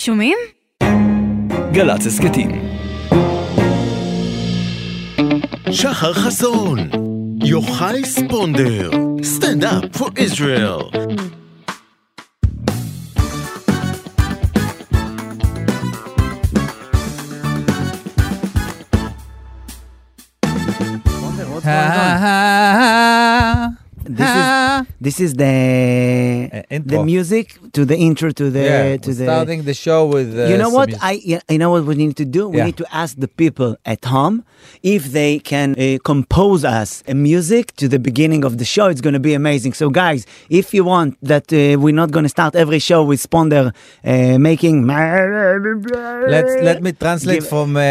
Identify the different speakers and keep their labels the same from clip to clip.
Speaker 1: שומעים?
Speaker 2: גל"צ הסכתים.
Speaker 3: שחר חסון, יוחאי ספונדר, Stand up for Israel.
Speaker 4: This is this is the
Speaker 5: Uh,
Speaker 4: the
Speaker 5: intro.
Speaker 4: music to the intro to the
Speaker 5: yeah,
Speaker 4: to
Speaker 5: we're
Speaker 4: the.
Speaker 5: starting the show with uh,
Speaker 4: you know
Speaker 5: some
Speaker 4: what
Speaker 5: music.
Speaker 4: I yeah, you know what we need to do. We
Speaker 5: Yeah.
Speaker 4: need to ask the people at home if they can uh, compose us a music to the beginning of the show. It's going to be amazing. So guys, if you want that, uh, we're not going to start every show with Sponder uh, making.
Speaker 5: Let's let me translate
Speaker 4: Give-
Speaker 5: from uh,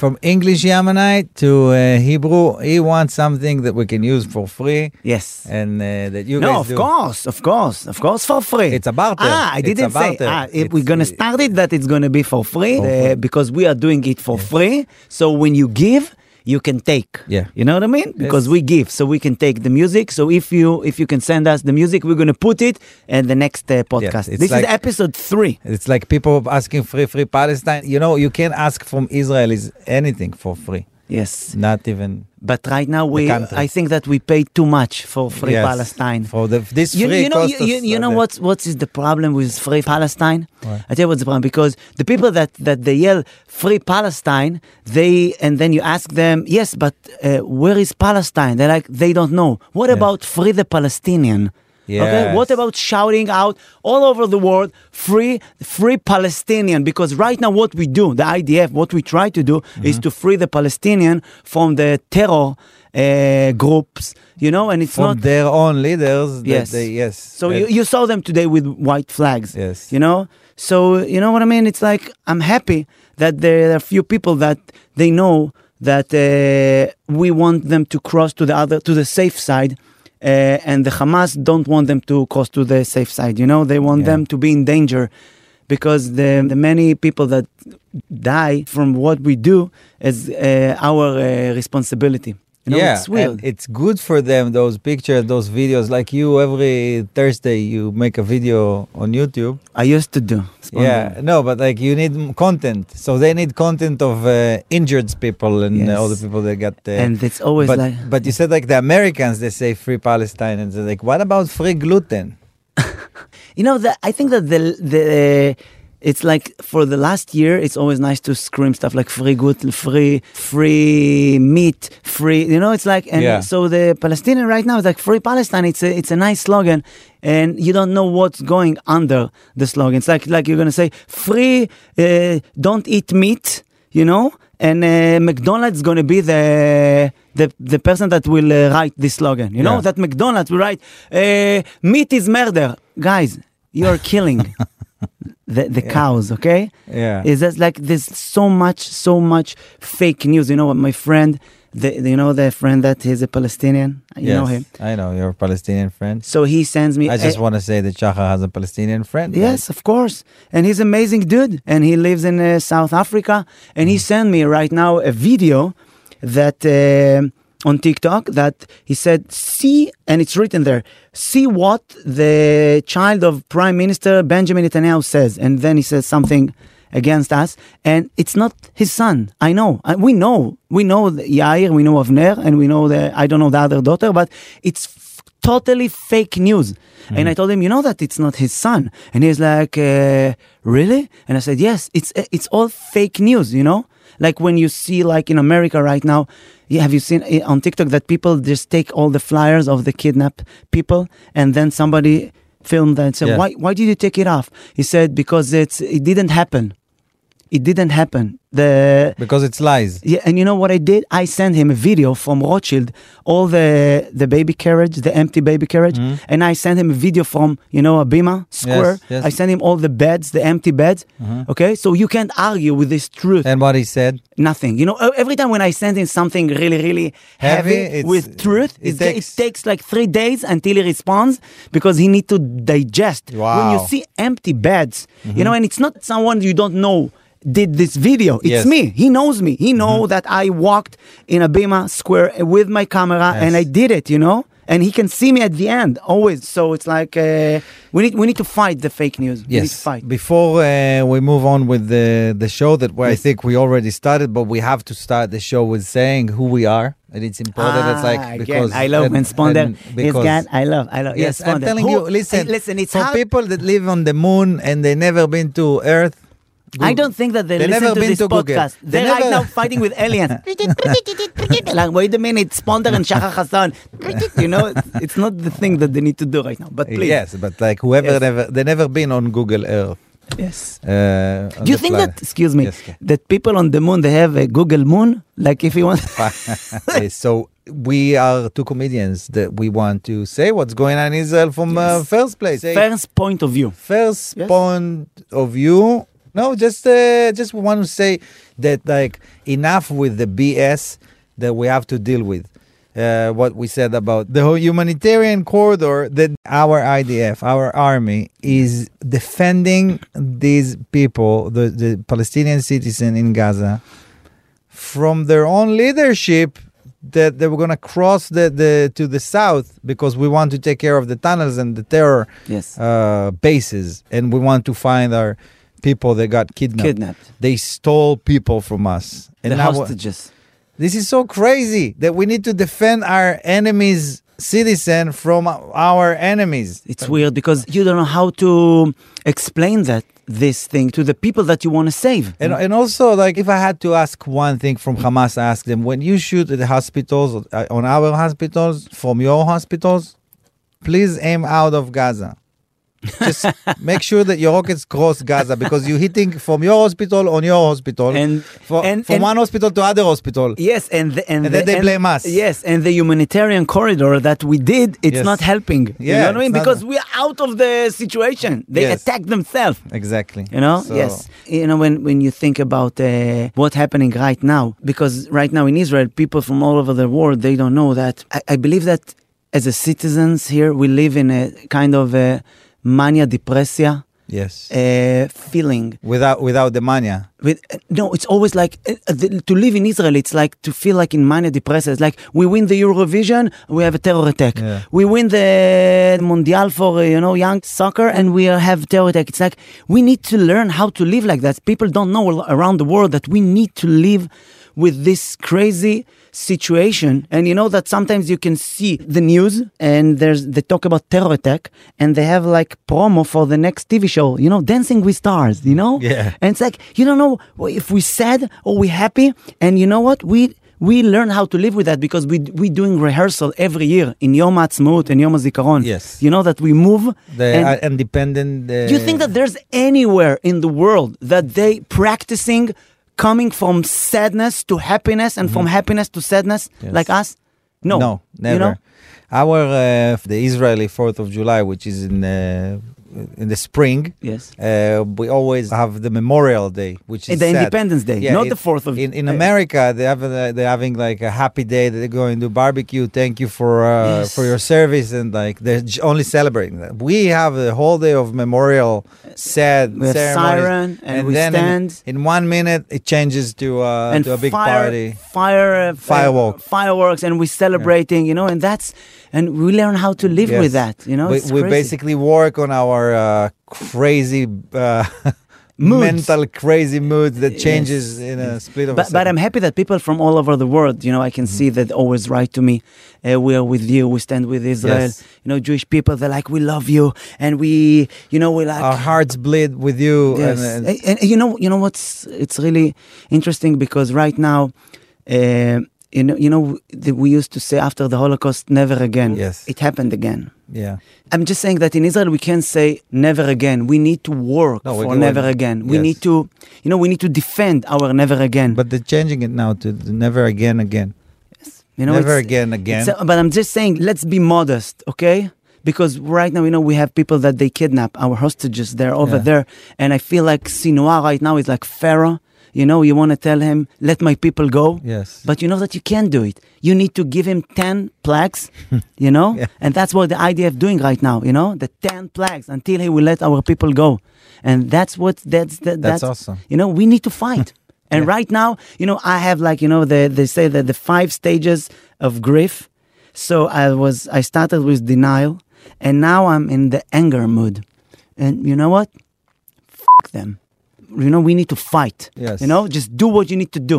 Speaker 5: from English Yemenite to uh, Hebrew. He wants something that we can use for free,
Speaker 4: Yes.
Speaker 5: and uh, that you
Speaker 4: No,
Speaker 5: guys
Speaker 4: of
Speaker 5: do.
Speaker 4: course, of course, of course, for free.
Speaker 5: It's a barter.
Speaker 4: Ah, I
Speaker 5: It's
Speaker 4: didn't
Speaker 5: a
Speaker 4: say.
Speaker 5: barter.
Speaker 4: Ah, if
Speaker 5: It's-
Speaker 4: we're gonna start it, that it's gonna be for free,
Speaker 5: For
Speaker 4: uh,
Speaker 5: free.
Speaker 4: because we are doing it for free. So when you give, you can take.
Speaker 5: Yeah.
Speaker 4: you know what I mean. Because
Speaker 5: Yes.
Speaker 4: we give, so we can take the music. So if you if you can send us the music, we're gonna put it in the next uh, podcast.
Speaker 5: it's
Speaker 4: this
Speaker 5: like-
Speaker 4: is episode three.
Speaker 5: It's like people asking free, free Palestine. You know, you can't ask from Israelis anything for free.
Speaker 4: Yes,
Speaker 5: Not even
Speaker 4: but right now we
Speaker 5: country.
Speaker 4: I think that we paid too much for free
Speaker 5: Yes,
Speaker 4: Palestine.
Speaker 5: for the this
Speaker 4: you,
Speaker 5: free.
Speaker 4: you know you,
Speaker 5: cost
Speaker 4: you,
Speaker 5: us,
Speaker 4: you
Speaker 5: uh,
Speaker 4: know
Speaker 5: the-
Speaker 4: what's what is the problem with free Palestine?
Speaker 5: Why?
Speaker 4: I tell you what's the problem because the people that that they yell free Palestine, they and then you ask them, yes, but uh, where is Palestine? They're like they don't know. What about free the Palestinian? Okay. What
Speaker 5: Yes.
Speaker 4: about shouting out all over the world, free, free Palestinian? Because right now, what we do, the IDF, what we try to do
Speaker 5: Mm-hmm.
Speaker 4: is to free the Palestinian from the terror uh, groups, you know, and it's
Speaker 5: from
Speaker 4: not
Speaker 5: their own leaders. that
Speaker 4: Yes.
Speaker 5: they, yes.
Speaker 4: so
Speaker 5: that-
Speaker 4: you, you saw them today with white flags.
Speaker 5: Yes.
Speaker 4: You know? So you know what I mean? It's like I'm happy that there are a few people that they know that uh, we want them to cross to the other to the safe side. Uh, and the Hamas don't want them to cross to the safe side. You know, they want
Speaker 5: Yeah.
Speaker 4: them to be in danger because the, the many people that die from what we do is uh, our uh, responsibility. You know,
Speaker 5: yeah,
Speaker 4: it's weird.
Speaker 5: and it's good for them. Those pictures, those videos, like you every Thursday, you make a video on YouTube.
Speaker 4: I used to do.
Speaker 5: Yeah, no, but like you need m- content, so they need content of uh, injured people and uh, all the
Speaker 4: Yes.
Speaker 5: people that got. Uh,
Speaker 4: And it's always
Speaker 5: but,
Speaker 4: like-
Speaker 5: But you said like the Americans, they say free Palestine, and they're like, what about free gluten?
Speaker 4: You know, the, I think that the the it's like for the last year, it's always nice to scream stuff like free gluten, free free meat, free. You know, it's like and
Speaker 5: Yeah.
Speaker 4: so the Palestinian right now is like free Palestine. It's a it's a nice slogan, and you don't know what's going under the slogan. It's like like you're gonna say free, uh, don't eat meat. You know, and uh, McDonald's gonna be the the, the person that will uh, write this slogan. You know
Speaker 5: Yeah.
Speaker 4: that McDonald's will write uh, meat is murder, guys. You're killing the, the cows, okay?
Speaker 5: Yeah.
Speaker 4: Is that like there's so much, so much fake news? You know what, my friend, the, you know the friend that is a Palestinian. You know him.
Speaker 5: I know your Palestinian friend.
Speaker 4: So he sends me.
Speaker 5: I just
Speaker 4: eh,
Speaker 5: want to say that Shahar has a Palestinian friend.
Speaker 4: Yes, of course. And he's amazing dude. And he lives in uh, South Africa. And he sent me right now a video that um on TikTok that he said, see, and it's written there, see what the child of Prime Minister Benjamin Netanyahu says. And then he says something against us. And it's not his son. I know. I, we know. We know the Yair, we know Avner, and we know the, I don't know the other daughter, but it's f- totally fake news. And I told him, you know that it's not his son. And he's like, uh, really? And I said, yes, it's uh, it's all fake news, you know? Like when you see like in America right now, yeah, have you seen it on TikTok that people just take all the flyers of the kidnapped people and then somebody filmed that and said,
Speaker 5: Yeah.
Speaker 4: why, why did you take it off? He said, because it's, it didn't happen. It didn't happen. The
Speaker 5: because it's lies.
Speaker 4: yeah, and you know what I did? I sent him a video from Rothschild, all the the baby carriage, the empty baby carriage, and I sent him a video from you know Abima Square.
Speaker 5: Mm-hmm. yes. Mm-hmm.
Speaker 4: I sent him all the beds, the empty beds. Okay, so you can't argue with this truth.
Speaker 5: And what he said,
Speaker 4: Nothing. You know, e- every time when I send in something really, really
Speaker 5: Heavy,
Speaker 4: heavy,
Speaker 5: it's-
Speaker 4: with truth,
Speaker 5: it
Speaker 4: it, ta- it takes,
Speaker 5: takes-
Speaker 4: like three days until he responds because he need to digest. When
Speaker 5: Wow. Mm-hmm.
Speaker 4: you see empty beds, you know, and it's not someone you don't know did this video. It's
Speaker 5: Yes. Mm-hmm.
Speaker 4: me. He knows me. He know that I walked in Abima Square with my camera and I
Speaker 5: Yes.
Speaker 4: did it, you know? and he can see me at the end always. So it's like uh, we need we need to fight the fake news. We need to
Speaker 5: Yes.
Speaker 4: fight.
Speaker 5: Before uh, we move on with the the show that where I think we already started, but we have to start the show with saying who we are, and it's important. it's
Speaker 4: Ah,
Speaker 5: like
Speaker 4: again,
Speaker 5: because
Speaker 4: I love
Speaker 5: and-
Speaker 4: when Sponder
Speaker 5: and
Speaker 4: is
Speaker 5: because-
Speaker 4: God. I love, I love.
Speaker 5: Yes, I'm
Speaker 4: Sponder.
Speaker 5: telling
Speaker 4: Who-
Speaker 5: you. Listen,
Speaker 4: hey, listen. It's
Speaker 5: for
Speaker 4: hard.
Speaker 5: people that live on the moon and they never been to Earth.
Speaker 4: I
Speaker 5: Google.
Speaker 4: don't think that they,
Speaker 5: They
Speaker 4: listen
Speaker 5: never
Speaker 4: to
Speaker 5: been
Speaker 4: this
Speaker 5: to Google.
Speaker 4: podcast.
Speaker 5: They
Speaker 4: They are right
Speaker 5: never-
Speaker 4: now fighting with aliens. like, wait a minute, Sponder and Shahar Hassan. you know, it's not the thing that they need to do right now. But please,
Speaker 5: Yes, but like whoever
Speaker 4: Yes.
Speaker 5: never they never been on Google Earth.
Speaker 4: yes.
Speaker 5: Uh, on
Speaker 4: Do you
Speaker 5: the
Speaker 4: think
Speaker 5: planet.
Speaker 4: that? Excuse me.
Speaker 5: Yes, okay.
Speaker 4: That people on the moon they have a Google Moon? Like, if you want,
Speaker 5: Okay, so we are two comedians that we want to say what's going on in Israel from uh,
Speaker 4: Yes.
Speaker 5: first place. Say
Speaker 4: first point of view.
Speaker 5: first
Speaker 4: Yes.
Speaker 5: point of view. No, just uh, just want to say that like enough with the BS that we have to deal with. Uh, what we said about the whole humanitarian corridor that our IDF, our army, is defending these people, the, the Palestinian citizen in Gaza, from their own leadership that they were going to cross the, the to the south because we want to take care of the tunnels and the terror
Speaker 4: Yes.
Speaker 5: uh, bases and we want to find our people that got kidnapped.
Speaker 4: Kidnapped.
Speaker 5: They stole people from us. And
Speaker 4: the
Speaker 5: now-
Speaker 4: hostages.
Speaker 5: this is so crazy that we need to defend our enemies citizen from our enemies.
Speaker 4: It's weird because you don't know how to explain that this thing to the people that you want to save.
Speaker 5: And, and also, like, if I had to ask one thing from Hamas, I ask them when you shoot at the hospitals, uh, on our hospitals, from your hospitals, please aim out of Gaza. Just make sure that your rockets cross Gaza because you're hitting from your hospital on your hospital,
Speaker 4: And-
Speaker 5: fro-
Speaker 4: and-
Speaker 5: from
Speaker 4: and-
Speaker 5: one hospital to other hospital.
Speaker 4: Yes, and the, and,
Speaker 5: And
Speaker 4: the,
Speaker 5: then they blame us.
Speaker 4: Yes, and the humanitarian corridor that we did, it's
Speaker 5: Yes.
Speaker 4: not helping. you
Speaker 5: Yeah,
Speaker 4: know what I mean?
Speaker 5: it's not-
Speaker 4: Because we're out of the situation. They
Speaker 5: Yes.
Speaker 4: attack themselves.
Speaker 5: Exactly.
Speaker 4: You know?
Speaker 5: So-
Speaker 4: yes. You know when when you think about uh, what's happening right now, because right now in Israel, people from all over the world they don't know that. I, I believe that as a citizens here, we live in a kind of a mania depressia
Speaker 5: Yes.
Speaker 4: uh, feeling
Speaker 5: without without the mania.
Speaker 4: with uh, no it's always like uh, uh, the, to live in israel it's like to feel like in minor depressed it's like we win the eurovision we have a terror attack
Speaker 5: Yeah.
Speaker 4: we win the mondial for uh, you know young soccer and we uh, have terror attack it's like we need to learn how to live like that people don't know al- around the world that we need to live with this crazy situation and you know that sometimes you can see the news and there's they talk about terror attack and they have like promo for the next tv show you know dancing with stars you know
Speaker 5: Yeah.
Speaker 4: and it's like you don't know wh- if we sad or we happy. And you know what? We we learn how to live with that because we we doing rehearsal every year in Yom Ha'atzmaut and Yom HaZikaron.
Speaker 5: Yes.
Speaker 4: You know that we move.
Speaker 5: The
Speaker 4: and
Speaker 5: uh, independent. Uh,
Speaker 4: do you think that there's anywhere in the world that they practicing coming from sadness to happiness and from happiness to sadness
Speaker 5: Mm-hmm. Yes.
Speaker 4: like us? No.
Speaker 5: No, never.
Speaker 4: You know?
Speaker 5: Our uh, the Israeli Fourth of July, which is in uh, in the spring.
Speaker 4: Yes.
Speaker 5: Uh, we always have the Memorial Day, which is
Speaker 4: The
Speaker 5: sad.
Speaker 4: Independence Day, not
Speaker 5: it-
Speaker 4: the 4th of-
Speaker 5: In, in
Speaker 4: uh,
Speaker 5: America, they have uh, they're having like a happy day. They go and do barbecue. Thank you for uh,
Speaker 4: Yes.
Speaker 5: for your service, and like they're j- only celebrating that. We have the whole day of memorial sad
Speaker 4: We have
Speaker 5: ceremonies.
Speaker 4: siren, and we
Speaker 5: then in-
Speaker 4: stand.
Speaker 5: In, one minute, it changes to uh,
Speaker 4: and
Speaker 5: to a big
Speaker 4: fire,
Speaker 5: party.
Speaker 4: fire, uh,
Speaker 5: Firework.
Speaker 4: uh, fireworks, and we're celebrating, you know, and that's, and we learn how to live with
Speaker 5: Yes.
Speaker 4: that, you know.
Speaker 5: we,
Speaker 4: it's
Speaker 5: we
Speaker 4: crazy.
Speaker 5: basically work on our uh, crazy uh,
Speaker 4: Moods.
Speaker 5: mental crazy moods that changes in a split of a
Speaker 4: But, but I'm
Speaker 5: second.
Speaker 4: happy that people from all over the world, you know, I can
Speaker 5: Mm-hmm.
Speaker 4: see that always write to me. Uh, we are with you. We stand with Israel.
Speaker 5: Yes.
Speaker 4: You know, Jewish people, they're like, we love you, and we, you know, we like
Speaker 5: our hearts bleed with you.
Speaker 4: Yes.
Speaker 5: And,
Speaker 4: And,
Speaker 5: and
Speaker 4: and you know, you know what's it's really interesting because right now, uh, you know, you know, the, we used to say after the Holocaust, never again.
Speaker 5: Yes.
Speaker 4: it happened again.
Speaker 5: yeah,
Speaker 4: I'm just saying that in Israel we can't say never again. We need to work
Speaker 5: No, we're
Speaker 4: for
Speaker 5: doing-
Speaker 4: never again. We
Speaker 5: yes.
Speaker 4: need to, you know, we need to defend our never again.
Speaker 5: but they're changing it now to the never again again.
Speaker 4: you know,
Speaker 5: never
Speaker 4: it's-
Speaker 5: again again.
Speaker 4: it's- uh, but I'm just saying, let's be modest, okay? Because right now, you know, we have people that they kidnap our hostages. They're over
Speaker 5: Yeah.
Speaker 4: there, and I feel like Sinwar right now is like Pharaoh. You know, you want to tell him, "Let my people go,"
Speaker 5: yes,
Speaker 4: but you know that you can't do it. You need to give him ten plaques, you know,
Speaker 5: Yeah.
Speaker 4: and that's what the IDF doing right now. You know, the ten plaques until he will let our people go, and that's what that's that,
Speaker 5: That's awesome.
Speaker 4: You know, we need to fight. And
Speaker 5: Yeah.
Speaker 4: right now, you know, I have like you know the, they say that the five stages of grief. So I was I started with denial, and now I'm in the anger mood. And you know what? Fuck them. You know we need to fight.
Speaker 5: Yes.
Speaker 4: You know, just do what you need to do.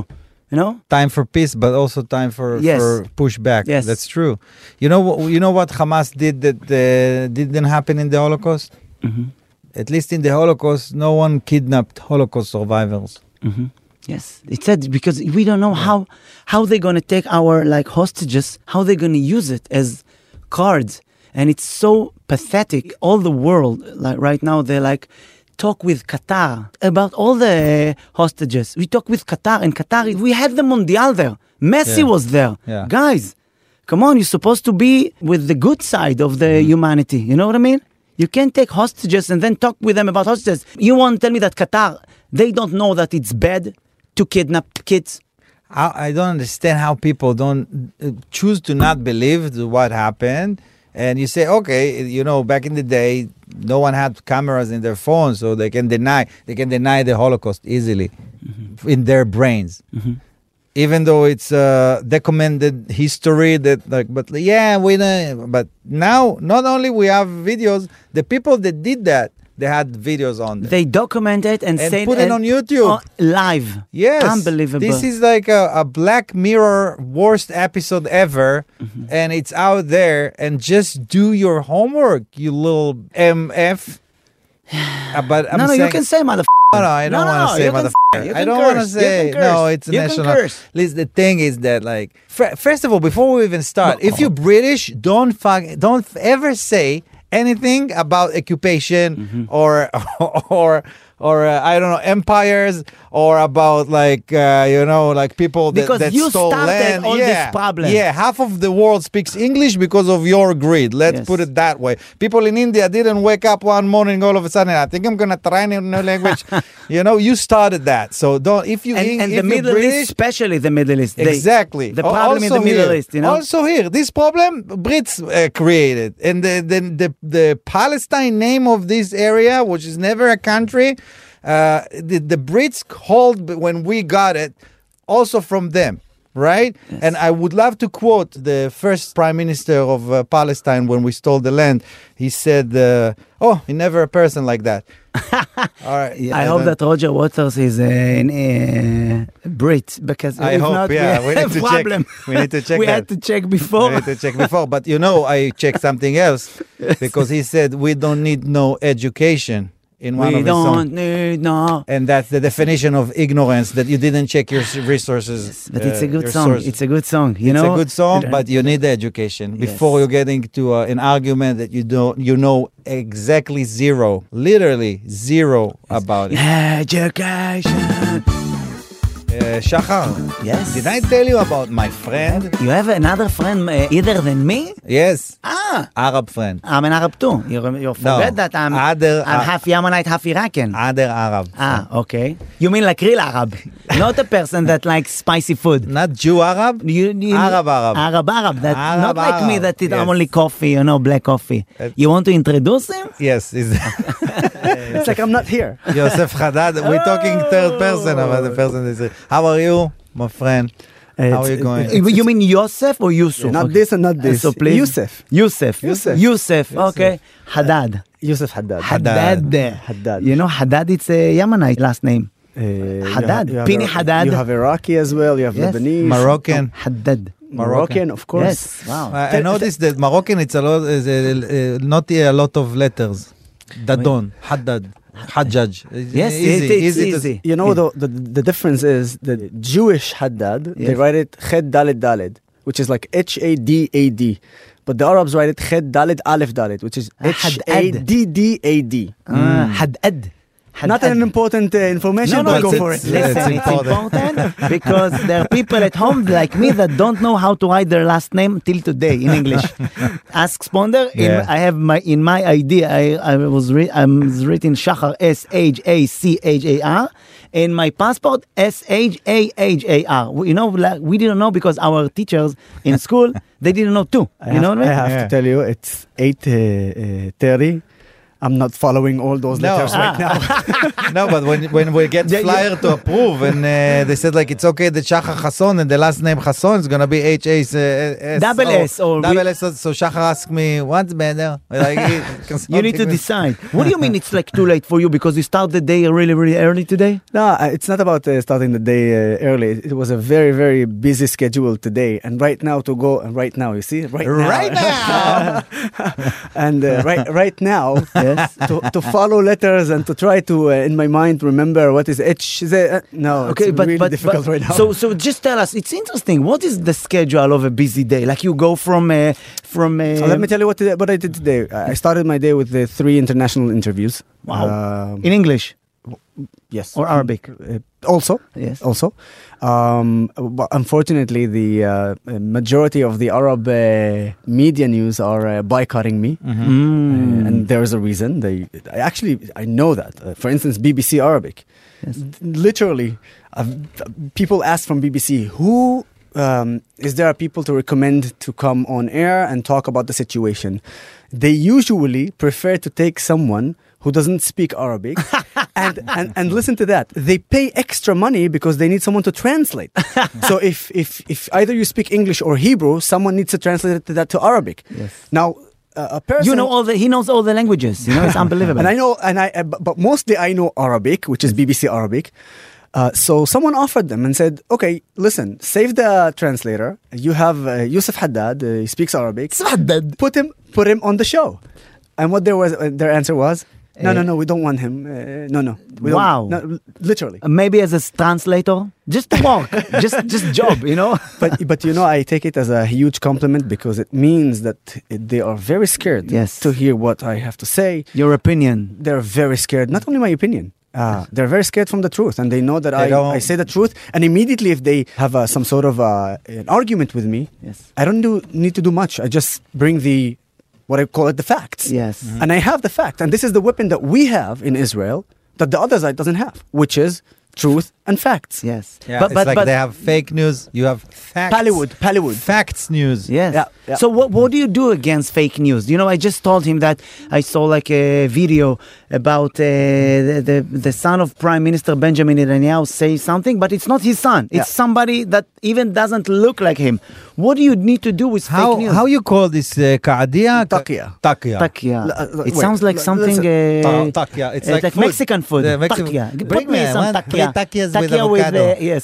Speaker 4: You know.
Speaker 5: time for peace, but also time for,
Speaker 4: Yes.
Speaker 5: for pushback.
Speaker 4: Yes.
Speaker 5: that's true. You know, wh- you know what Hamas did that uh, didn't happen in the Holocaust.
Speaker 4: Mm-hmm.
Speaker 5: At least in the Holocaust, no one kidnapped Holocaust survivors.
Speaker 4: Yes, it said because we don't know how how they're gonna take our like hostages, how they're gonna use it as cards, and it's so pathetic. All the world, like right now, they like talk with Qatar about all the uh, hostages. We talk with Qatar, and Qatar we had the Mundial there. Messi
Speaker 5: Yeah.
Speaker 4: was there.
Speaker 5: Yeah.
Speaker 4: Guys, come on, you're supposed to be with the good side of the
Speaker 5: Mm-hmm.
Speaker 4: humanity. You know what I mean? You can't take hostages and then talk with them about hostages. You won't tell me that Qatar, they don't know that it's bad to kidnap kids.
Speaker 5: I, I don't understand how people don't uh, choose to not believe th- what happened. And you say, okay, you know, back in the day, no one had cameras in their phones, so they can deny they can deny the Holocaust easily in their brains, even though it's uh, documented history. That like, but yeah, we know. But now, not only we have videos, the people that did that, they had videos on them.
Speaker 4: They document it and,
Speaker 5: And
Speaker 4: say
Speaker 5: put it on YouTube.
Speaker 4: on- live.
Speaker 5: Yes.
Speaker 4: Unbelievable.
Speaker 5: This is like a, a Black Mirror worst episode ever,
Speaker 4: Mm-hmm.
Speaker 5: and it's out there. And just do your homework, you little MF. Uh, but I'm
Speaker 4: no, no,
Speaker 5: saying,
Speaker 4: you can say motherfucker.
Speaker 5: No, no, I
Speaker 4: No,
Speaker 5: don't want
Speaker 4: no,
Speaker 5: to say
Speaker 4: you can f- you
Speaker 5: motherfucker. I
Speaker 4: can
Speaker 5: don't want to
Speaker 4: curse, you
Speaker 5: say.
Speaker 4: can
Speaker 5: No,
Speaker 4: curse,
Speaker 5: it's
Speaker 4: you can
Speaker 5: national.
Speaker 4: curse.
Speaker 5: Least the thing is that, like, fir- first of all, before we even start, if you're British, don't fuck, don't ever say anything about occupation
Speaker 4: Mm-hmm.
Speaker 5: or or or uh, I don't know empires or about like uh, you know like people that,
Speaker 4: Because
Speaker 5: that
Speaker 4: you
Speaker 5: stole
Speaker 4: started
Speaker 5: land.
Speaker 4: all this
Speaker 5: yeah.
Speaker 4: problem.
Speaker 5: Yeah, half of the world speaks English because of your greed. Let's
Speaker 4: Yes.
Speaker 5: put it that way. People in India didn't wake up one morning all of a sudden. I think I'm gonna try a new language. you know, you started that. So don't if you
Speaker 4: And,
Speaker 5: in-
Speaker 4: and
Speaker 5: if
Speaker 4: the
Speaker 5: you're
Speaker 4: Middle
Speaker 5: British,
Speaker 4: East, especially the Middle East. they-
Speaker 5: exactly
Speaker 4: the
Speaker 5: Al-
Speaker 4: problem in the
Speaker 5: also
Speaker 4: Middle
Speaker 5: here-
Speaker 4: East, you know?
Speaker 5: Also here, this problem Brits uh, created, and the, the the the Palestine name of this area, which is never a country, uh, the the Brits called when we got it, also from them. Right, and I would love to quote the first prime minister of uh, Palestine when we stole the land. He said, uh, "Oh, he never a person like that." All right, yeah,
Speaker 4: I hope
Speaker 5: don't-
Speaker 4: that Roger Waters is uh, an, uh, Brit because
Speaker 5: I
Speaker 4: if
Speaker 5: hope,
Speaker 4: not,
Speaker 5: yeah, we
Speaker 4: we,
Speaker 5: need
Speaker 4: have
Speaker 5: to check-
Speaker 4: problem.
Speaker 5: we need to check
Speaker 4: we
Speaker 5: that.
Speaker 4: had to check before.
Speaker 5: I had to check before, but you know, I checked something else because he said we don't need no education in one
Speaker 4: we
Speaker 5: of his songs.
Speaker 4: don't need no.
Speaker 5: And that's the definition of ignorance that you didn't check your s- resources.
Speaker 4: But it's
Speaker 5: uh,
Speaker 4: a good
Speaker 5: your
Speaker 4: song.
Speaker 5: sources.
Speaker 4: It's a good song. You
Speaker 5: It's
Speaker 4: know,
Speaker 5: a good song,
Speaker 4: It-
Speaker 5: but you need education before
Speaker 4: Yes.
Speaker 5: you're getting to uh, an argument that you don't, you know exactly zero, literally zero about it.
Speaker 4: education.
Speaker 5: Uh, Shachar,
Speaker 4: Yes.
Speaker 5: did I tell you about my friend?
Speaker 4: You have another friend uh, either than me?
Speaker 5: Yes,
Speaker 4: Ah,
Speaker 5: Arab friend,
Speaker 4: I'm an Arab too. You, rem- you forget that I'm
Speaker 5: Other-
Speaker 4: I'm
Speaker 5: uh,
Speaker 4: half Yemenite, half Iraqi.
Speaker 5: other Arab.
Speaker 4: ah, okay. You mean like real Arab, not a person that likes spicy food.
Speaker 5: Not Jew Arab.
Speaker 4: You, you,
Speaker 5: Arab, Arab.
Speaker 4: Arab Arab. That
Speaker 5: Arab,
Speaker 4: not like me
Speaker 5: Arab,
Speaker 4: that it,
Speaker 5: yes.
Speaker 4: I'm only coffee, you know, black coffee.
Speaker 5: Uh,
Speaker 4: you want to introduce him?
Speaker 5: Yes, is
Speaker 1: It's like I'm not here.
Speaker 5: Yosef Hadad. We're talking third person about the person. Is how are you, my friend? How are you going?
Speaker 4: You you mean Yosef or Yusuf?
Speaker 1: Not
Speaker 4: Okay. Uh,
Speaker 1: this and not this.
Speaker 4: So please.
Speaker 1: Yusuf.
Speaker 4: Yusuf.
Speaker 1: Yusuf.
Speaker 4: Yusuf. Okay. Haddad.
Speaker 1: Yusuf Haddad.
Speaker 4: Haddad.
Speaker 1: Haddad.
Speaker 4: You know, Haddad, it's a Yemenite last name.
Speaker 1: Uh, you have-
Speaker 4: Haddad.
Speaker 1: you have
Speaker 4: Pini
Speaker 1: Iraq-
Speaker 4: Haddad.
Speaker 1: You have Iraqi as well. You have
Speaker 4: Yes.
Speaker 1: Lebanese.
Speaker 5: Moroccan.
Speaker 4: Haddad.
Speaker 1: Moroccan, of course. Uh,
Speaker 4: Yes. Oh, Wow.
Speaker 5: I I noticed that Moroccan. It's a lot. Is a, uh, not a lot of letters. Dadon, Haddad, Hajjaj.
Speaker 4: Yes,
Speaker 5: easy,
Speaker 4: it- it's
Speaker 5: easy. to-
Speaker 4: easy.
Speaker 1: You know, the, the, the difference is the Jewish Haddad, they
Speaker 4: Yes.
Speaker 1: write it Ched Dalid Dalid, which is like H A D A D. But the Arabs write it Ched Dalid Aleph Dalid, which is H A
Speaker 4: Ah, Haddad.
Speaker 1: D D A D.
Speaker 4: Uh, Haddad.
Speaker 1: Not
Speaker 4: Haddad.
Speaker 1: an important uh, information,
Speaker 4: No,
Speaker 5: but
Speaker 1: but
Speaker 4: no,
Speaker 1: go
Speaker 5: it's-
Speaker 1: for it.
Speaker 5: it's-
Speaker 4: Listen, it's important. because there are people at home like me that don't know how to write their last name till today in English. Ask Sponder.
Speaker 5: Yeah.
Speaker 4: In, I have my in my ID. I, I was re- I'm written Shachar S H A C H A R. In my passport, S H A H A R. We- You know, like, we didn't know because our teachers in school they didn't know too.
Speaker 1: I
Speaker 4: You
Speaker 1: have,
Speaker 4: know what I mean?
Speaker 1: I have
Speaker 5: Yeah.
Speaker 1: to tell you, it's 8 uh, uh, 30. I'm not following all those
Speaker 5: No.
Speaker 1: letters
Speaker 4: ah,
Speaker 1: right now.
Speaker 5: no, but when when we get
Speaker 1: Yeah, yeah.
Speaker 5: flyer to approve and uh, they said like it's okay that Shachar Hasson and the last name Hasson is gonna be H A S S
Speaker 4: Double S or
Speaker 5: double
Speaker 4: we-
Speaker 5: S. So Shachar asked me what's better. Like,
Speaker 4: You need to decide. What do you mean it's like too late for you because you start the day really, really early today?
Speaker 1: No, uh, it's not about uh, starting the day uh, early. It was a very, very busy schedule today. And right now to go, and right now, you see, right now.
Speaker 5: Right now,
Speaker 1: and uh, right, right now, to, to follow letters and to try to, uh, in my mind, remember what is H. Is it, uh, no, okay,
Speaker 4: Okay,
Speaker 1: it's
Speaker 4: but
Speaker 1: really
Speaker 4: but,
Speaker 1: difficult
Speaker 4: but-
Speaker 1: right now.
Speaker 4: so so just tell us. It's interesting. What is the schedule of a busy day? Like you go from uh, from. Uh,
Speaker 1: Uh, let me tell you what, today, what I did today. I I started my day with uh, three international interviews.
Speaker 4: Wow.
Speaker 1: Um,
Speaker 4: in English
Speaker 1: yes.
Speaker 4: or Arabic.
Speaker 1: Uh, also,
Speaker 4: Yes.
Speaker 1: also. Um, but unfortunately, the uh, uh, majority of the Arab uh, media news are uh, boycotting me,
Speaker 4: Mm.
Speaker 1: Uh, and there is a reason. They, I actually, I know that. Uh, for instance, BBC Arabic, literally, uh, people ask from BBC who. Um, is there people to recommend to come on air and talk about the situation? They usually prefer to take someone who doesn't speak Arabic and, and and listen to that. They pay extra money because they need someone to translate. so if if if either you speak English or Hebrew, someone needs to translate that to Arabic.
Speaker 4: Yes.
Speaker 1: Now uh, a person
Speaker 4: You know all the. He knows all the languages. You know it's unbelievable.
Speaker 1: and I know, and I, uh, bu- but mostly I know Arabic, which is BBC Arabic. Uh, so someone offered them and said, "Okay, listen, save the translator. You have uh, Yusuf Haddad. Uh, he speaks Arabic. Put him, put him on the show." And what there was, uh, their answer was, "No, no,
Speaker 4: Eh.
Speaker 1: no, we don't want him. Uh, no, no, we don't-
Speaker 4: Wow.
Speaker 1: no, literally."
Speaker 4: Uh, Maybe as a s- translator, just work, just just job. You know.
Speaker 1: but but you know, I take it as a huge compliment because it means that it, they are very scared
Speaker 4: Yes.
Speaker 1: to hear what I have to say.
Speaker 4: Your opinion.
Speaker 1: they're very scared. Not only my opinion. Uh, they're very scared from the truth, and they know that I,
Speaker 5: don't-
Speaker 1: I say the truth. And immediately, if they have uh, some sort of uh, an argument with me,
Speaker 4: Yes.
Speaker 1: I don't do need to do much. I just bring the what I call it the facts. Mm-hmm.
Speaker 4: Yes. Mhm.
Speaker 1: and I have the fact, and this is the weapon that we have in Israel that the other side doesn't have, which is truth and facts.
Speaker 4: Yes.
Speaker 5: yeah, it's like they have fake news. You have facts.
Speaker 1: Hollywood, Hollywood.
Speaker 5: Facts news.
Speaker 4: Yes.
Speaker 1: Yeah, yeah.
Speaker 4: So what what do you do against fake news? You know, I just told him that I saw like a video about uh, the, the the son of Prime Minister Benjamin Netanyahu say something, but it's not his son. It's
Speaker 1: Yeah.
Speaker 4: somebody that even doesn't look like him. What do you need to do with
Speaker 5: How
Speaker 4: fake news?
Speaker 5: how you call this uh, Kaadia?
Speaker 1: Takia.
Speaker 5: Takia.
Speaker 4: Takia.
Speaker 1: L- uh,
Speaker 4: it
Speaker 1: wait,
Speaker 4: sounds like
Speaker 1: l-
Speaker 4: something.
Speaker 5: Ta-
Speaker 4: Uh,
Speaker 5: takia. It's
Speaker 4: uh,
Speaker 5: like food.
Speaker 4: Mexican food.
Speaker 5: The Mexican-
Speaker 4: takia. Put
Speaker 5: Bring
Speaker 4: me
Speaker 5: me
Speaker 4: some
Speaker 5: one plate
Speaker 4: takia.
Speaker 5: takias with
Speaker 4: Takia
Speaker 5: avocado.
Speaker 4: uh, yes.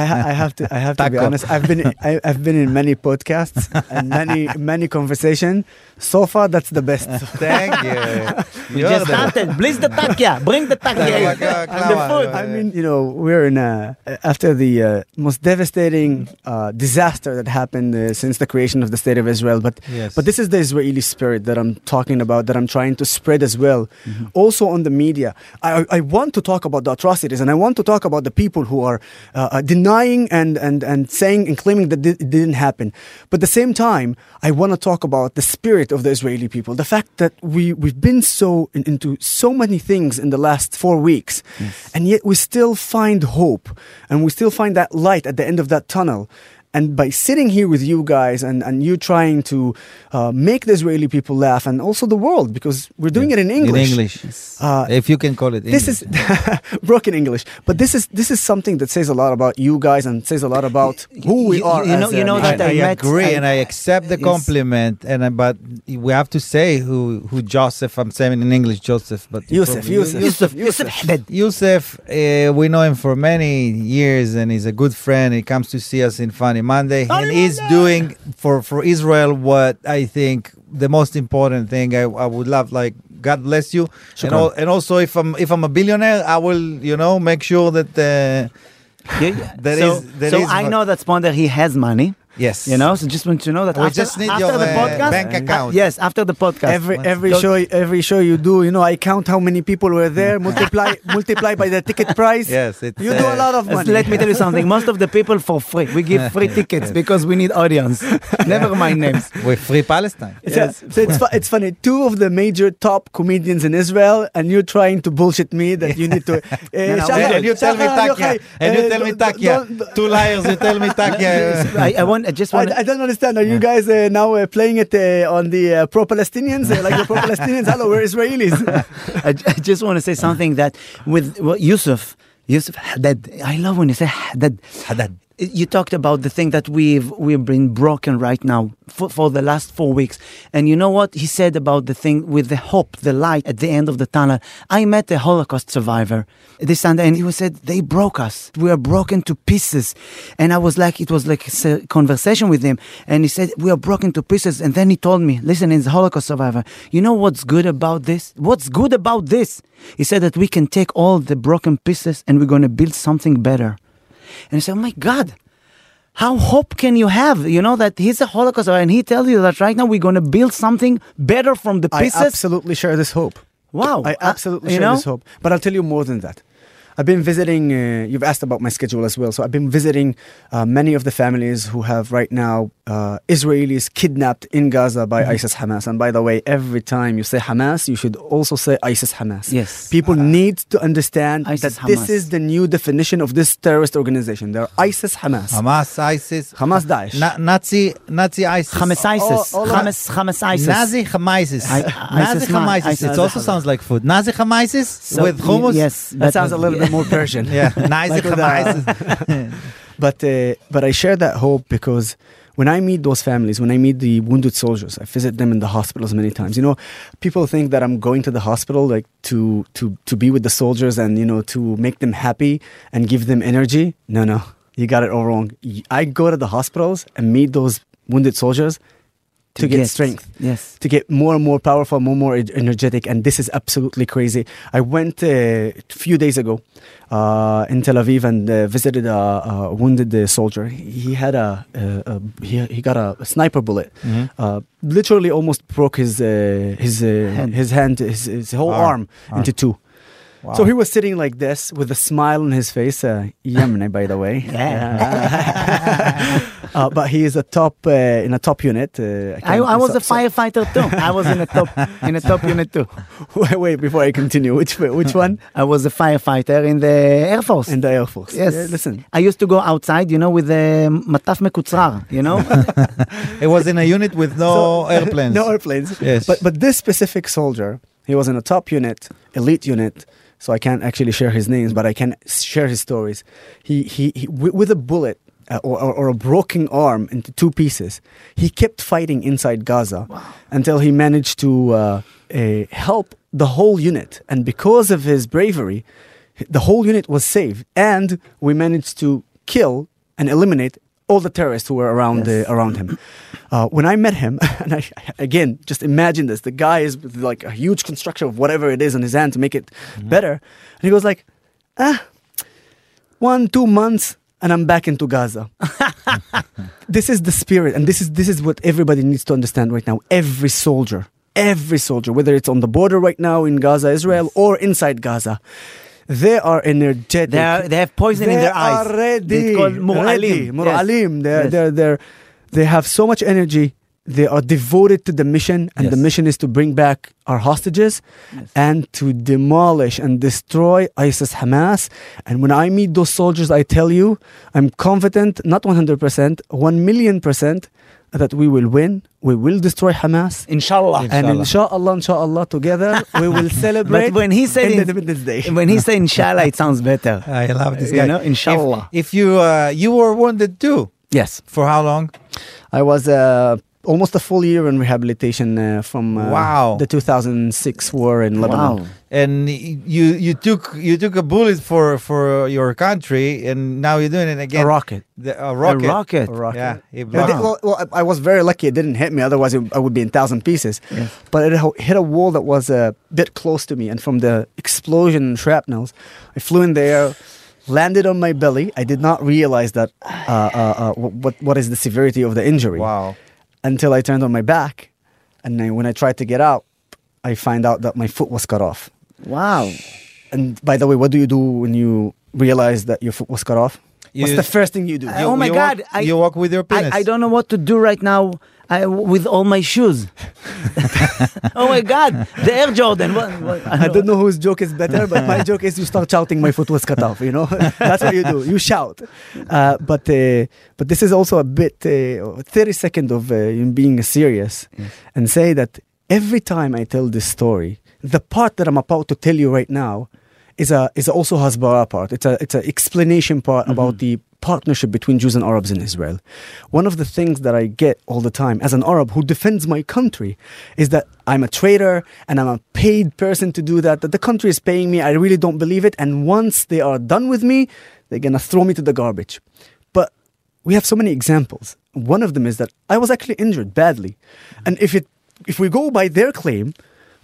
Speaker 1: I, ha- I have to. I have to be
Speaker 5: Taco.
Speaker 1: honest. I've been. I, I've been in many podcasts and many many conversation. So far, that's the best.
Speaker 5: Thank you.
Speaker 4: We
Speaker 5: You're
Speaker 4: just
Speaker 5: the-
Speaker 4: started. Please the takia. Bring the takia.
Speaker 5: Takia,
Speaker 4: And the
Speaker 5: Klava.
Speaker 4: food.
Speaker 1: I mean, you know, we're in a after the uh, most devastating uh, disaster that happened uh, since the creation of the state of Israel. But
Speaker 5: Yes.
Speaker 1: but this is the Israeli spirit that I'm talking about, that I'm trying to spread as well, also on the media. I, I- I want to talk about the atrocities, and I want to talk about the people who are uh, uh, denying and and and saying and claiming that it didn't happen. But at the same time, I want to talk about the spirit of the Israeli people, the fact that we we've been so in- into so many things in the last four weeks, and yet we still find hope, and we still find that light at the end of that tunnel. And by sitting here with you guys and, and you trying to uh, make the Israeli people laugh and also the world, because we're doing it in English.
Speaker 5: In English.
Speaker 1: Uh,
Speaker 5: if you can call it English.
Speaker 1: This is broken English, but this is this is something that says a lot about you guys and says a lot about who we
Speaker 4: you-
Speaker 1: are.
Speaker 4: you know-
Speaker 1: as
Speaker 4: you
Speaker 1: a
Speaker 4: know
Speaker 1: nation.
Speaker 4: that
Speaker 5: I, I
Speaker 4: I met-
Speaker 5: agree,
Speaker 4: I-
Speaker 5: and I accept the
Speaker 4: Yes.
Speaker 5: compliment. And I, but we have to say who who Joseph. I'm saying in English Joseph, but you
Speaker 1: Yusuf,
Speaker 5: probably-
Speaker 1: Yusuf,
Speaker 4: Yusuf, Yusuf Ahmed.
Speaker 5: Yusuf, uh, we know him for many years, and he's a good friend. He comes to see us in Funny Monday, and he's doing for for Israel what I think the most important thing. I, I would love like God bless you, and, al- and also if I'm if I'm a billionaire, I will you know make sure that uh,
Speaker 4: Yeah, yeah.
Speaker 5: There
Speaker 4: so,
Speaker 5: is- there
Speaker 4: so
Speaker 5: is
Speaker 4: I
Speaker 5: what-
Speaker 4: know that Sponder he has money.
Speaker 5: yes,
Speaker 4: You know, so just want to know that
Speaker 5: We
Speaker 4: after,
Speaker 5: just need
Speaker 4: after
Speaker 5: your,
Speaker 4: the
Speaker 5: uh,
Speaker 4: podcast,
Speaker 5: bank account.
Speaker 4: yes, after the podcast,
Speaker 1: Every
Speaker 5: Once-
Speaker 1: every
Speaker 4: Don't-
Speaker 1: show every show you do, you know, I count how many people were there, multiply multiply by the ticket price.
Speaker 5: Yes, it's,
Speaker 1: you do a
Speaker 5: uh,
Speaker 1: lot of
Speaker 4: As-
Speaker 1: money.
Speaker 4: let me tell you something. Most of the people for free. We give free tickets because we need audience. Never mind names.
Speaker 5: with free Palestine.
Speaker 1: So, so it's fu- it's funny. Two of the major top comedians in Israel, and you're trying to bullshit me that you need to. Uh,
Speaker 4: no,
Speaker 5: Ah
Speaker 1: eh,
Speaker 5: And, and you tell me Takia. And you tell me Takia. Two liars, you tell me Takia.
Speaker 4: I, I want want. I just want.
Speaker 1: I, I don't understand. Are you guys uh, now uh, playing it uh, on the uh, pro-Palestinians, uh, like the pro-Palestinians? Hello, we're Israelis.
Speaker 4: I, ju- I just want to say something that with well, Yusuf, Yusuf Haddad. I love when you say Haddad.
Speaker 5: Haddad.
Speaker 4: You talked about the thing that we've we've been broken right now for, for the last four weeks, and you know what he said about the thing with the hope, the light at the end of the tunnel. I met a Holocaust survivor this Sunday, and he was said they broke us. We are broken to pieces, and I was like, it was like a se- conversation with him, and he said we are broken to pieces, and then he told me, listen, he's a Holocaust survivor. You know what's good about this? What's good about this? He said that we can take all the broken pieces and we're going to build something better. And I said, Oh my God, how hope can you have? You know, that he's a Holocaust survivor and he tells you that right now we're going to build something better from the
Speaker 1: I
Speaker 4: pieces.
Speaker 1: absolutely share this hope.
Speaker 4: Wow.
Speaker 1: I absolutely
Speaker 4: Uh, you
Speaker 1: share
Speaker 4: know?
Speaker 1: this hope. But I'll tell you more than that. I've been visiting, uh, you've asked about my schedule as well. So I've been visiting uh, many of the families who have right now uh, Israelis kidnapped in Gaza
Speaker 4: Mm-hmm.
Speaker 1: by ISIS Hamas. And by the way, every time you say Hamas, you should also say ISIS Hamas.
Speaker 4: Yes.
Speaker 1: People need to understand
Speaker 4: ISIS
Speaker 1: that this
Speaker 4: Hamas.
Speaker 1: is the new definition of this terrorist organization. They're ISIS Hamas.
Speaker 5: Hamas, ISIS,
Speaker 1: Hamas Daesh.
Speaker 5: Na- Nazi, Nazi ISIS.
Speaker 4: Hamas ISIS.
Speaker 1: all- all-
Speaker 4: Hamas, Hamas ISIS.
Speaker 5: Nazi Hamisis.
Speaker 4: I-
Speaker 5: Nazi
Speaker 4: ISIS man,
Speaker 5: Hamisis.
Speaker 4: ISIS.
Speaker 5: It also sounds like food. Nazi Hamisis
Speaker 4: So,
Speaker 5: with hummus.
Speaker 4: y- Yes.
Speaker 1: that sounds a little bit more Persian.
Speaker 5: Yeah. Nazi
Speaker 1: Like with, uh,
Speaker 5: Hamisis.
Speaker 1: But uh, but I share that hope because when I meet those families, when I meet the wounded soldiers, I visit them in the hospitals many times. You know, people think that I'm going to the hospital like to to to be with the soldiers and you know to make them happy and give them energy. No, no, you got it all wrong. Y- I go to the hospitals and meet those wounded soldiers to, get strength
Speaker 4: Yes.
Speaker 1: to get more and more powerful, more and more e- energetic. And this is absolutely crazy. I went uh, a few days ago uh, in Tel Aviv and uh, visited a, a wounded uh, soldier. He he had a, a, a he, he got a, sniper bullet, uh, literally almost broke his uh, his uh, his hand, his, his whole arm,
Speaker 5: Arm.
Speaker 1: into two. So he was sitting like this with a smile on his face. Uh, Yemeni, by the way. uh, but he is a top uh, in a top unit. Uh,
Speaker 4: I,
Speaker 1: can't-
Speaker 4: I was
Speaker 1: so-
Speaker 4: a
Speaker 1: so-
Speaker 4: firefighter too. I was in a top in a top unit too.
Speaker 1: Wait, wait, before I continue, which which one?
Speaker 4: I was a firefighter in the Air Force.
Speaker 1: In the Air Force.
Speaker 4: yes.
Speaker 1: Yeah, listen.
Speaker 4: I used to go outside, you know, with the mataf mekutzrar, you know.
Speaker 5: It was in a unit with no airplanes.
Speaker 1: No airplanes.
Speaker 5: Yes.
Speaker 1: But but this specific soldier, he was in a top unit, elite unit. So I can't actually share his names, but I can share his stories. He he, he wi- with a bullet. Uh, or, or, or a broken arm into two pieces. He kept fighting inside Gaza until he managed to uh, uh, help the whole unit. And because of his bravery, the whole unit was saved, and we managed to kill and eliminate all the terrorists who were around uh, around him. Uh, when I met him, and I, again, just imagine this: the guy is with like a huge construction of whatever it is in his hand to make it better, and he goes like, "Ah, one two months." And I'm back into Gaza. this is the spirit, and this is this is what everybody needs to understand right now. Every soldier, every soldier, whether it's on the border right now in Gaza, Israel, or inside Gaza, they are energetic.
Speaker 4: They, are, they have poison in
Speaker 1: They
Speaker 4: their eyes.
Speaker 1: are ready.
Speaker 4: It's called
Speaker 1: ready,
Speaker 4: muralim.
Speaker 1: Muralim. They're,
Speaker 4: Yes.
Speaker 1: they're, they're, they have so much energy. They are devoted to the mission, and the
Speaker 5: Yes.
Speaker 1: mission is to bring back our hostages and to demolish and destroy ISIS Hamas. And when I meet those soldiers, I tell you, I'm confident, not 100%, 1 million percent, that we will win. We will destroy Hamas.
Speaker 4: Inshallah.
Speaker 1: And inshallah, inshallah, together we will celebrate
Speaker 4: But when he said in-
Speaker 1: Independence Day.
Speaker 4: when he said inshallah, it sounds better.
Speaker 5: I love this
Speaker 4: You
Speaker 5: guy.
Speaker 4: know,
Speaker 5: If-
Speaker 4: inshallah.
Speaker 5: If, you uh, you were wounded too,
Speaker 4: Yes.
Speaker 5: for how long?
Speaker 1: I was uh, almost a full year in rehabilitation uh, from uh,
Speaker 5: Wow.
Speaker 1: the 2006 war in Lebanon.
Speaker 4: Wow.
Speaker 5: And you you took you took a bullet for for your country, and now you're doing it again.
Speaker 4: A rocket.
Speaker 5: The, a rocket.
Speaker 4: A rocket.
Speaker 1: A rocket.
Speaker 5: Yeah. it
Speaker 1: Yeah,
Speaker 5: blocked.
Speaker 1: th- well, well, I I was very lucky it didn't hit me, otherwise, it, I would be in thousand pieces. But it ho- hit a wall that was a bit close to me, and from the explosion and shrapnels, I flew in the air, landed on my belly. I did not realize that uh, uh, uh, wh- what, what is the severity of the injury.
Speaker 5: Wow.
Speaker 1: until I turned on my back. And then when I tried to get out, I find out that my foot was cut off.
Speaker 4: Wow.
Speaker 1: And by the way, what do you do when you realize that your foot was cut off? What's
Speaker 5: You-
Speaker 1: the first thing you do?
Speaker 4: oh my
Speaker 5: you
Speaker 4: God.
Speaker 5: walk- you walk with your penis.
Speaker 4: I, I don't know what to do right now. I, with all my shoes. oh my God, the Air Jordan. What, what-
Speaker 1: I don't know whose joke is better, but my joke is you start shouting, "My foot was cut off." You know, that's what you do. You shout, uh, but uh, but this is also a bit uh, thirty second of uh, you being serious,
Speaker 4: Mm.
Speaker 1: and say that every time I tell this story, the part that I'm about to tell you right now is a is also hasbara part. It's a it's an explanation part about the partnership between Jews and Arabs in Israel. One of the things that I get all the time as an Arab who defends my country is that I'm a traitor and I'm a paid person to do that, that the country is paying me. I really don't believe it. And once they are done with me, they're going to throw me to the garbage. But we have so many examples. One of them is that I was actually injured badly. And if, it, if we go by their claim,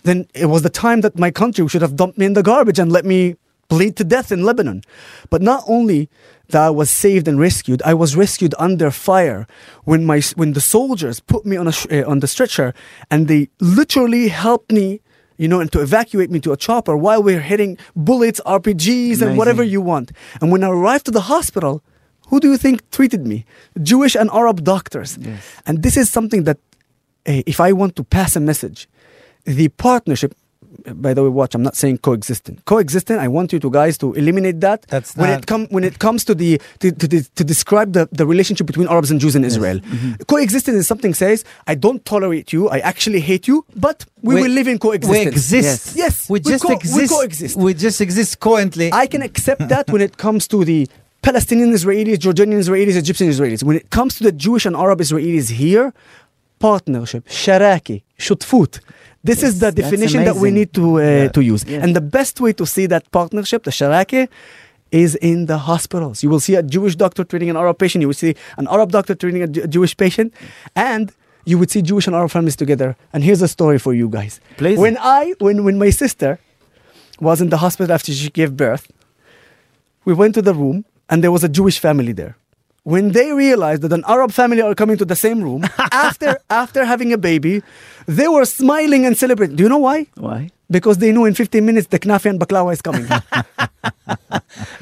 Speaker 1: then it was the time that my country should have dumped me in the garbage and let me bleed to death in Lebanon. But not only that I was saved and rescued, I was rescued under fire when my when the soldiers put me on a sh- uh, on the stretcher and they literally helped me, you know, and to evacuate me to a chopper while we are hitting bullets, RPGs, and whatever you want. And when I arrived to the hospital, who do you think treated me? Jewish and Arab doctors. And this is something that eh, if I want to pass a message, the partnership. By the way, watch. I'm not saying coexistent. Coexistent. I want you to guys to eliminate that.
Speaker 5: That's
Speaker 1: when
Speaker 5: not-
Speaker 1: it come when it comes to the to, to, the- to describe the, the relationship between Arabs and Jews in Israel.
Speaker 5: Mm-hmm.
Speaker 1: Coexistence is something says I don't tolerate you. I actually hate you, but we, will live in coexistence.
Speaker 5: We
Speaker 1: Yes.
Speaker 5: exist.
Speaker 1: Yes,
Speaker 5: We
Speaker 1: we
Speaker 5: just
Speaker 1: co- we
Speaker 5: exist.
Speaker 1: coexist.
Speaker 5: We just exist currently.
Speaker 1: I can accept that when it comes to the Palestinian Israelis, Jordanian Israelis, Egyptian Israelis. When it comes to the Jewish and Arab Israelis here, partnership, sharaki, shutfut. This is the
Speaker 4: that's
Speaker 1: definition that we
Speaker 4: amazing.
Speaker 1: need to uh, to use.
Speaker 4: Yeah.
Speaker 1: And the best way to see that partnership, the sharaki, is in the hospitals. You will see a Jewish doctor treating an Arab patient. You will see an Arab doctor treating a Ju- Jewish patient, and you would see Jewish and Arab families together. And here's a story for you guys.
Speaker 4: Please.
Speaker 1: When I, when when my sister was in the hospital after she gave birth, we went to the room and there was a Jewish family there. When they realized that an Arab family are coming to the same room after after having a baby, they were smiling and celebrating. Do you know why?
Speaker 4: Why?
Speaker 1: Because they knew in 15 minutes the knafi and baklawa is coming.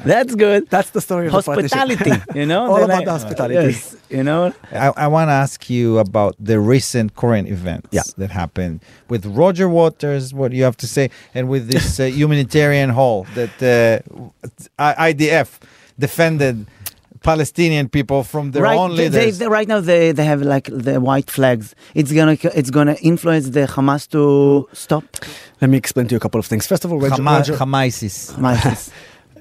Speaker 4: That's good.
Speaker 1: That's the story of The
Speaker 4: Hospitality,
Speaker 1: partnership.
Speaker 4: you know?
Speaker 1: All
Speaker 4: They're
Speaker 1: about the hospitality.
Speaker 4: Yes, you know?
Speaker 5: I, I want to ask you about the recent current events
Speaker 1: Yeah.
Speaker 5: that happened with Roger Waters. What you have to say, and with this uh, humanitarian hall that uh, I- IDF defended Palestinian people from their
Speaker 4: right,
Speaker 5: own
Speaker 4: they-
Speaker 5: leaders.
Speaker 4: they, they- right now they, they have like the white flags. It's gonna it's gonna influence the Hamas to stop
Speaker 1: Let me explain to you a couple of things. First of all, Roger,
Speaker 5: Hama-
Speaker 1: Roger-
Speaker 5: Hamaisis.
Speaker 4: Hamas.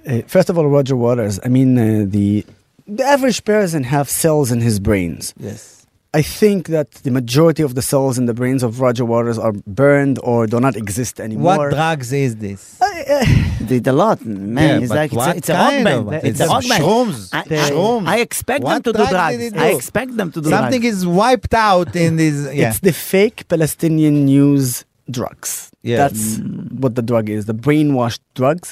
Speaker 1: Uh, first of all, Roger Waters. I mean, uh, the the average person have cells in his brains.
Speaker 5: Yes.
Speaker 1: I think that the majority of the cells in the brains of Roger Waters are burned or do not exist
Speaker 5: What
Speaker 1: anymore.
Speaker 5: drugs is this?
Speaker 4: did a lot, man.
Speaker 5: Yeah,
Speaker 4: it's
Speaker 5: but
Speaker 4: like it's
Speaker 5: what
Speaker 4: a, it's a rock
Speaker 5: kind
Speaker 4: band.
Speaker 5: of-
Speaker 4: It's, a
Speaker 5: it's
Speaker 4: rock band.
Speaker 5: shrooms.
Speaker 4: I,
Speaker 5: They-
Speaker 4: I-
Speaker 5: shrooms.
Speaker 4: I expect
Speaker 5: What
Speaker 4: them to do
Speaker 5: drugs
Speaker 4: drugs.
Speaker 5: did they
Speaker 4: I
Speaker 5: do?
Speaker 4: expect them to do
Speaker 5: Something
Speaker 4: drugs.
Speaker 5: is wiped out in this. Yeah.
Speaker 1: It's the fake Palestinian news drugs.
Speaker 5: Yeah.
Speaker 1: That's what the drug is, the brainwashed drugs.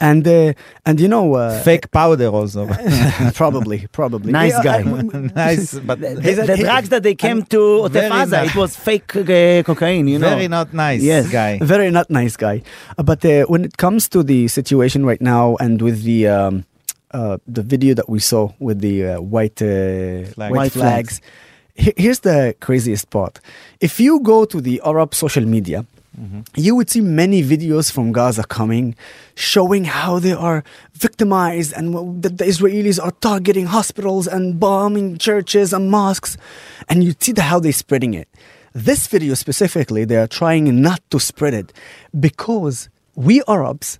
Speaker 1: And uh, and you know uh,
Speaker 5: Fake powder also.
Speaker 1: probably, probably.
Speaker 4: Nice
Speaker 1: Yeah, I-
Speaker 4: guy.
Speaker 5: nice, but
Speaker 1: Is
Speaker 4: the,
Speaker 1: that-
Speaker 4: the drugs that they came to Otef
Speaker 5: Very
Speaker 4: Gaza,
Speaker 5: nice.
Speaker 4: it was fake uh, cocaine, you know.
Speaker 5: very not nice
Speaker 4: Yes.
Speaker 5: guy.
Speaker 1: Very not nice guy. Uh, but uh, when it comes to the situation right now, and with the um, uh, the video that we saw with the uh, white uh,
Speaker 5: Flag.
Speaker 1: white
Speaker 4: White
Speaker 1: flags,
Speaker 4: flags.
Speaker 1: he- here's the craziest part. If you go to the Arab social media. You would see many videos from Gaza coming, showing how they are victimized and w- that the Israelis are targeting hospitals and bombing churches and mosques, and you see the, how they're spreading it. This video specifically, they are trying not to spread it because we Arabs,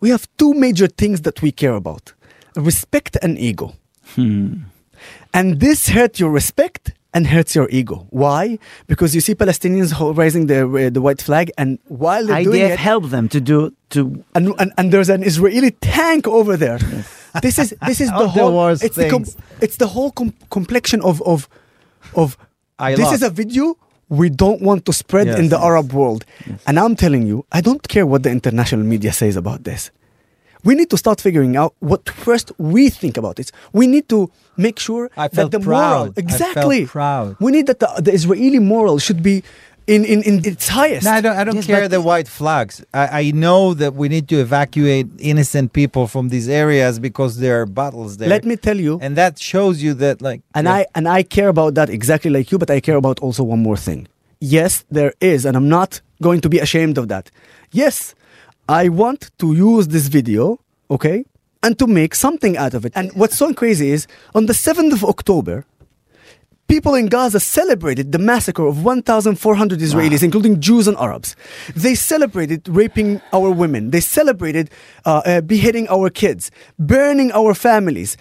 Speaker 1: we have two major things that we care about: respect and ego. And this hurts your respect and hurts your ego. Why? Because you see Palestinians ho- raising the, uh, the white flag, and while they're doing
Speaker 4: IDF
Speaker 1: it,
Speaker 4: helped them to do to
Speaker 1: and, and, and there's an Israeli tank over there. This is this is the
Speaker 5: All the
Speaker 1: whole.
Speaker 5: worst
Speaker 1: it's, the com-
Speaker 5: things.
Speaker 1: it's the whole com- complexion of of of.
Speaker 5: I
Speaker 1: this
Speaker 5: lost.
Speaker 1: is a video we don't want to spread
Speaker 5: Yes,
Speaker 1: in the
Speaker 5: yes.
Speaker 1: Arab world, and I'm telling you, I don't care what the international media says about this. We need to start figuring out what first we think about it. We need to make sure
Speaker 5: I felt
Speaker 1: that the
Speaker 5: proud. I
Speaker 1: moral
Speaker 5: felt
Speaker 1: exactly
Speaker 5: proud.
Speaker 1: we need that the, the Israeli moral should be in, in, in its highest.
Speaker 5: No, I don't. I don't
Speaker 4: Yes,
Speaker 5: care
Speaker 4: but-
Speaker 5: the white flags. I, I know that we need to evacuate innocent people from these areas because there are battles there.
Speaker 1: Let me tell you.
Speaker 5: and that shows you that, like,
Speaker 1: And I and I care about that exactly like you, but I care about also one more thing. Yes, there is, and I'm not going to be ashamed of that. Yes, I want to use this video, okay, and to make something out of it. And what's so crazy is on the 7th of October, people in Gaza celebrated the massacre of 1,400 Israelis, including Jews and Arabs. They celebrated raping our women. They celebrated uh, uh, beheading our kids, burning our families.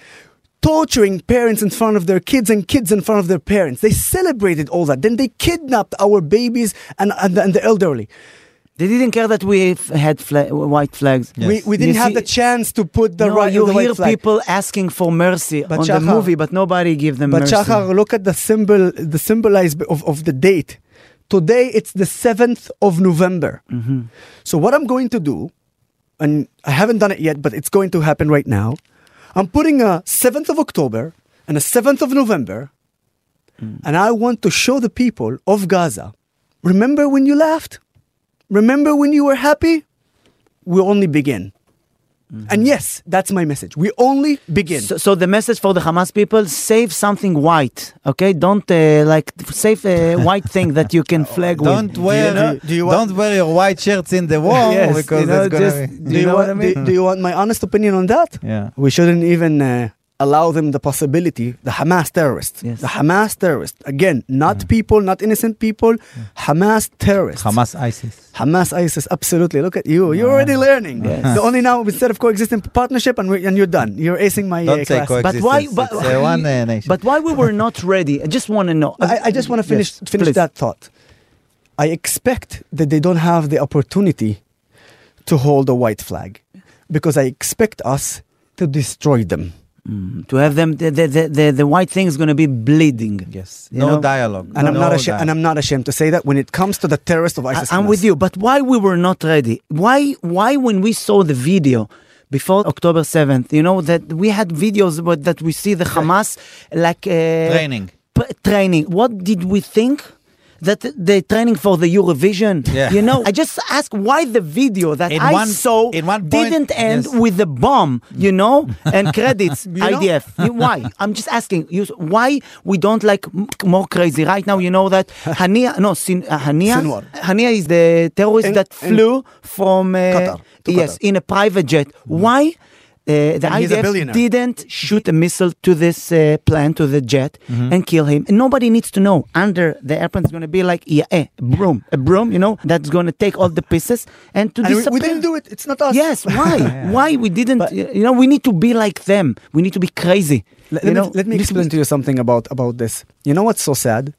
Speaker 1: Torturing parents in front of their kids and kids in front of their parents. They celebrated all that. Then they kidnapped our babies and, and, the- and the elderly.
Speaker 4: They didn't care that we f- had fla- white flags.
Speaker 1: We, we didn't
Speaker 4: You
Speaker 1: have
Speaker 4: see-
Speaker 1: the chance to put the
Speaker 4: no,
Speaker 1: right
Speaker 4: You
Speaker 1: the
Speaker 4: hear
Speaker 1: white flag.
Speaker 4: people asking for mercy
Speaker 1: But
Speaker 4: on the
Speaker 1: Shachar-
Speaker 4: movie, but nobody give them
Speaker 1: But
Speaker 4: mercy.
Speaker 1: Shachar, look at the symbol, the symbolize of, of the date. Today it's the 7th of November.
Speaker 4: Mm-hmm.
Speaker 1: So what I'm going to do, and I haven't done it yet, but it's going to happen right now. I'm putting a 7th of October and a 7th of November,
Speaker 4: Mm.
Speaker 1: and I want to show the people of Gaza. Remember when you laughed? Remember when you were happy?
Speaker 4: Mm-hmm.
Speaker 1: We only begin. And yes, that's my message. We only begin.
Speaker 4: So, so the message for the Hamas people: save something white, okay? Don't uh, like save a white thing that you can flag
Speaker 5: don't
Speaker 4: with.
Speaker 5: wear
Speaker 1: know- do you want-
Speaker 5: don't wear your white shirts in the war
Speaker 4: Yes,
Speaker 5: because
Speaker 4: you know,
Speaker 5: it's gonna
Speaker 4: just-
Speaker 5: be,
Speaker 1: Do you,
Speaker 4: know
Speaker 1: want,
Speaker 4: what I mean?
Speaker 1: do, do you want my honest opinion on that?
Speaker 5: yeah.
Speaker 1: We shouldn't even uh, allow them the possibility. The Hamas terrorists.
Speaker 4: Yes.
Speaker 1: The Hamas terrorists. Again, not people, not innocent people. Hamas terrorists.
Speaker 5: Hamas ISIS.
Speaker 1: Hamas, ISIS, absolutely. Look at you. You're already learning.
Speaker 4: Yes.
Speaker 1: The only now, instead of coexisting partnership, and, we, and you're done. You're acing my
Speaker 5: Don't
Speaker 1: uh,
Speaker 5: say
Speaker 1: class.
Speaker 4: But
Speaker 5: coexistence.
Speaker 4: why? But,
Speaker 5: it's, uh, one uh, nation.
Speaker 4: but why we were not ready? I just want to know.
Speaker 1: I, I just want to finish
Speaker 4: Yes,
Speaker 1: finish
Speaker 4: please.
Speaker 1: that thought. I expect that they don't have the opportunity to hold a white flag because I expect us to destroy them.
Speaker 4: Mm, to have them. The the, the, the, the white thing is going to be bleeding.
Speaker 5: yes,
Speaker 4: you
Speaker 5: no
Speaker 4: know?
Speaker 5: dialogue.
Speaker 1: And I'm
Speaker 5: No
Speaker 1: not ashamed.
Speaker 5: dialogue.
Speaker 1: And I'm not ashamed to say that when it comes to the terrorist of ISIS.
Speaker 4: I, am
Speaker 1: Hamas.
Speaker 4: with you, but why we were not ready? Why why when we saw the video before October 7th, you know that we had videos about that we see the Hamas like uh,
Speaker 5: Training.
Speaker 4: p- training. What did we think? That the training for the Eurovision,
Speaker 5: Yeah.
Speaker 4: you know, I just ask why the video that
Speaker 5: In
Speaker 4: I
Speaker 5: one-
Speaker 4: saw
Speaker 5: in one point-
Speaker 4: didn't end
Speaker 5: yes.
Speaker 4: with the bomb, you know, and credits
Speaker 1: know?
Speaker 4: IDF. You- Why? I'm just asking you why we don't like m- more crazy right now. You know that Hania, no, Sin, uh, Hania,
Speaker 1: Sinwar.
Speaker 4: Hania is the terrorist
Speaker 1: In-
Speaker 4: that
Speaker 1: in-
Speaker 4: flew from uh,
Speaker 1: Qatar, to Qatar.
Speaker 4: yes
Speaker 1: Mm-hmm.
Speaker 4: in a private jet. Why? Uh, the
Speaker 1: he's a
Speaker 4: IDF
Speaker 1: billionaire.
Speaker 4: didn't shoot a missile to this uh, plane, to the jet,
Speaker 1: Mm-hmm.
Speaker 4: and kill him. And nobody needs to know. Under the airplane is going to be like yeah, eh, a broom, a broom, you know, that's going to take all the pieces and to
Speaker 1: And we,
Speaker 4: disappear.
Speaker 1: we didn't do it. It's not us.
Speaker 4: Yes, why? Why we didn't? you know, we need to be like them. We need to be crazy.
Speaker 1: Let,
Speaker 4: you
Speaker 1: let
Speaker 4: know,
Speaker 1: me, let me
Speaker 4: this-
Speaker 1: explain to you something about, about this. You know what's so sad?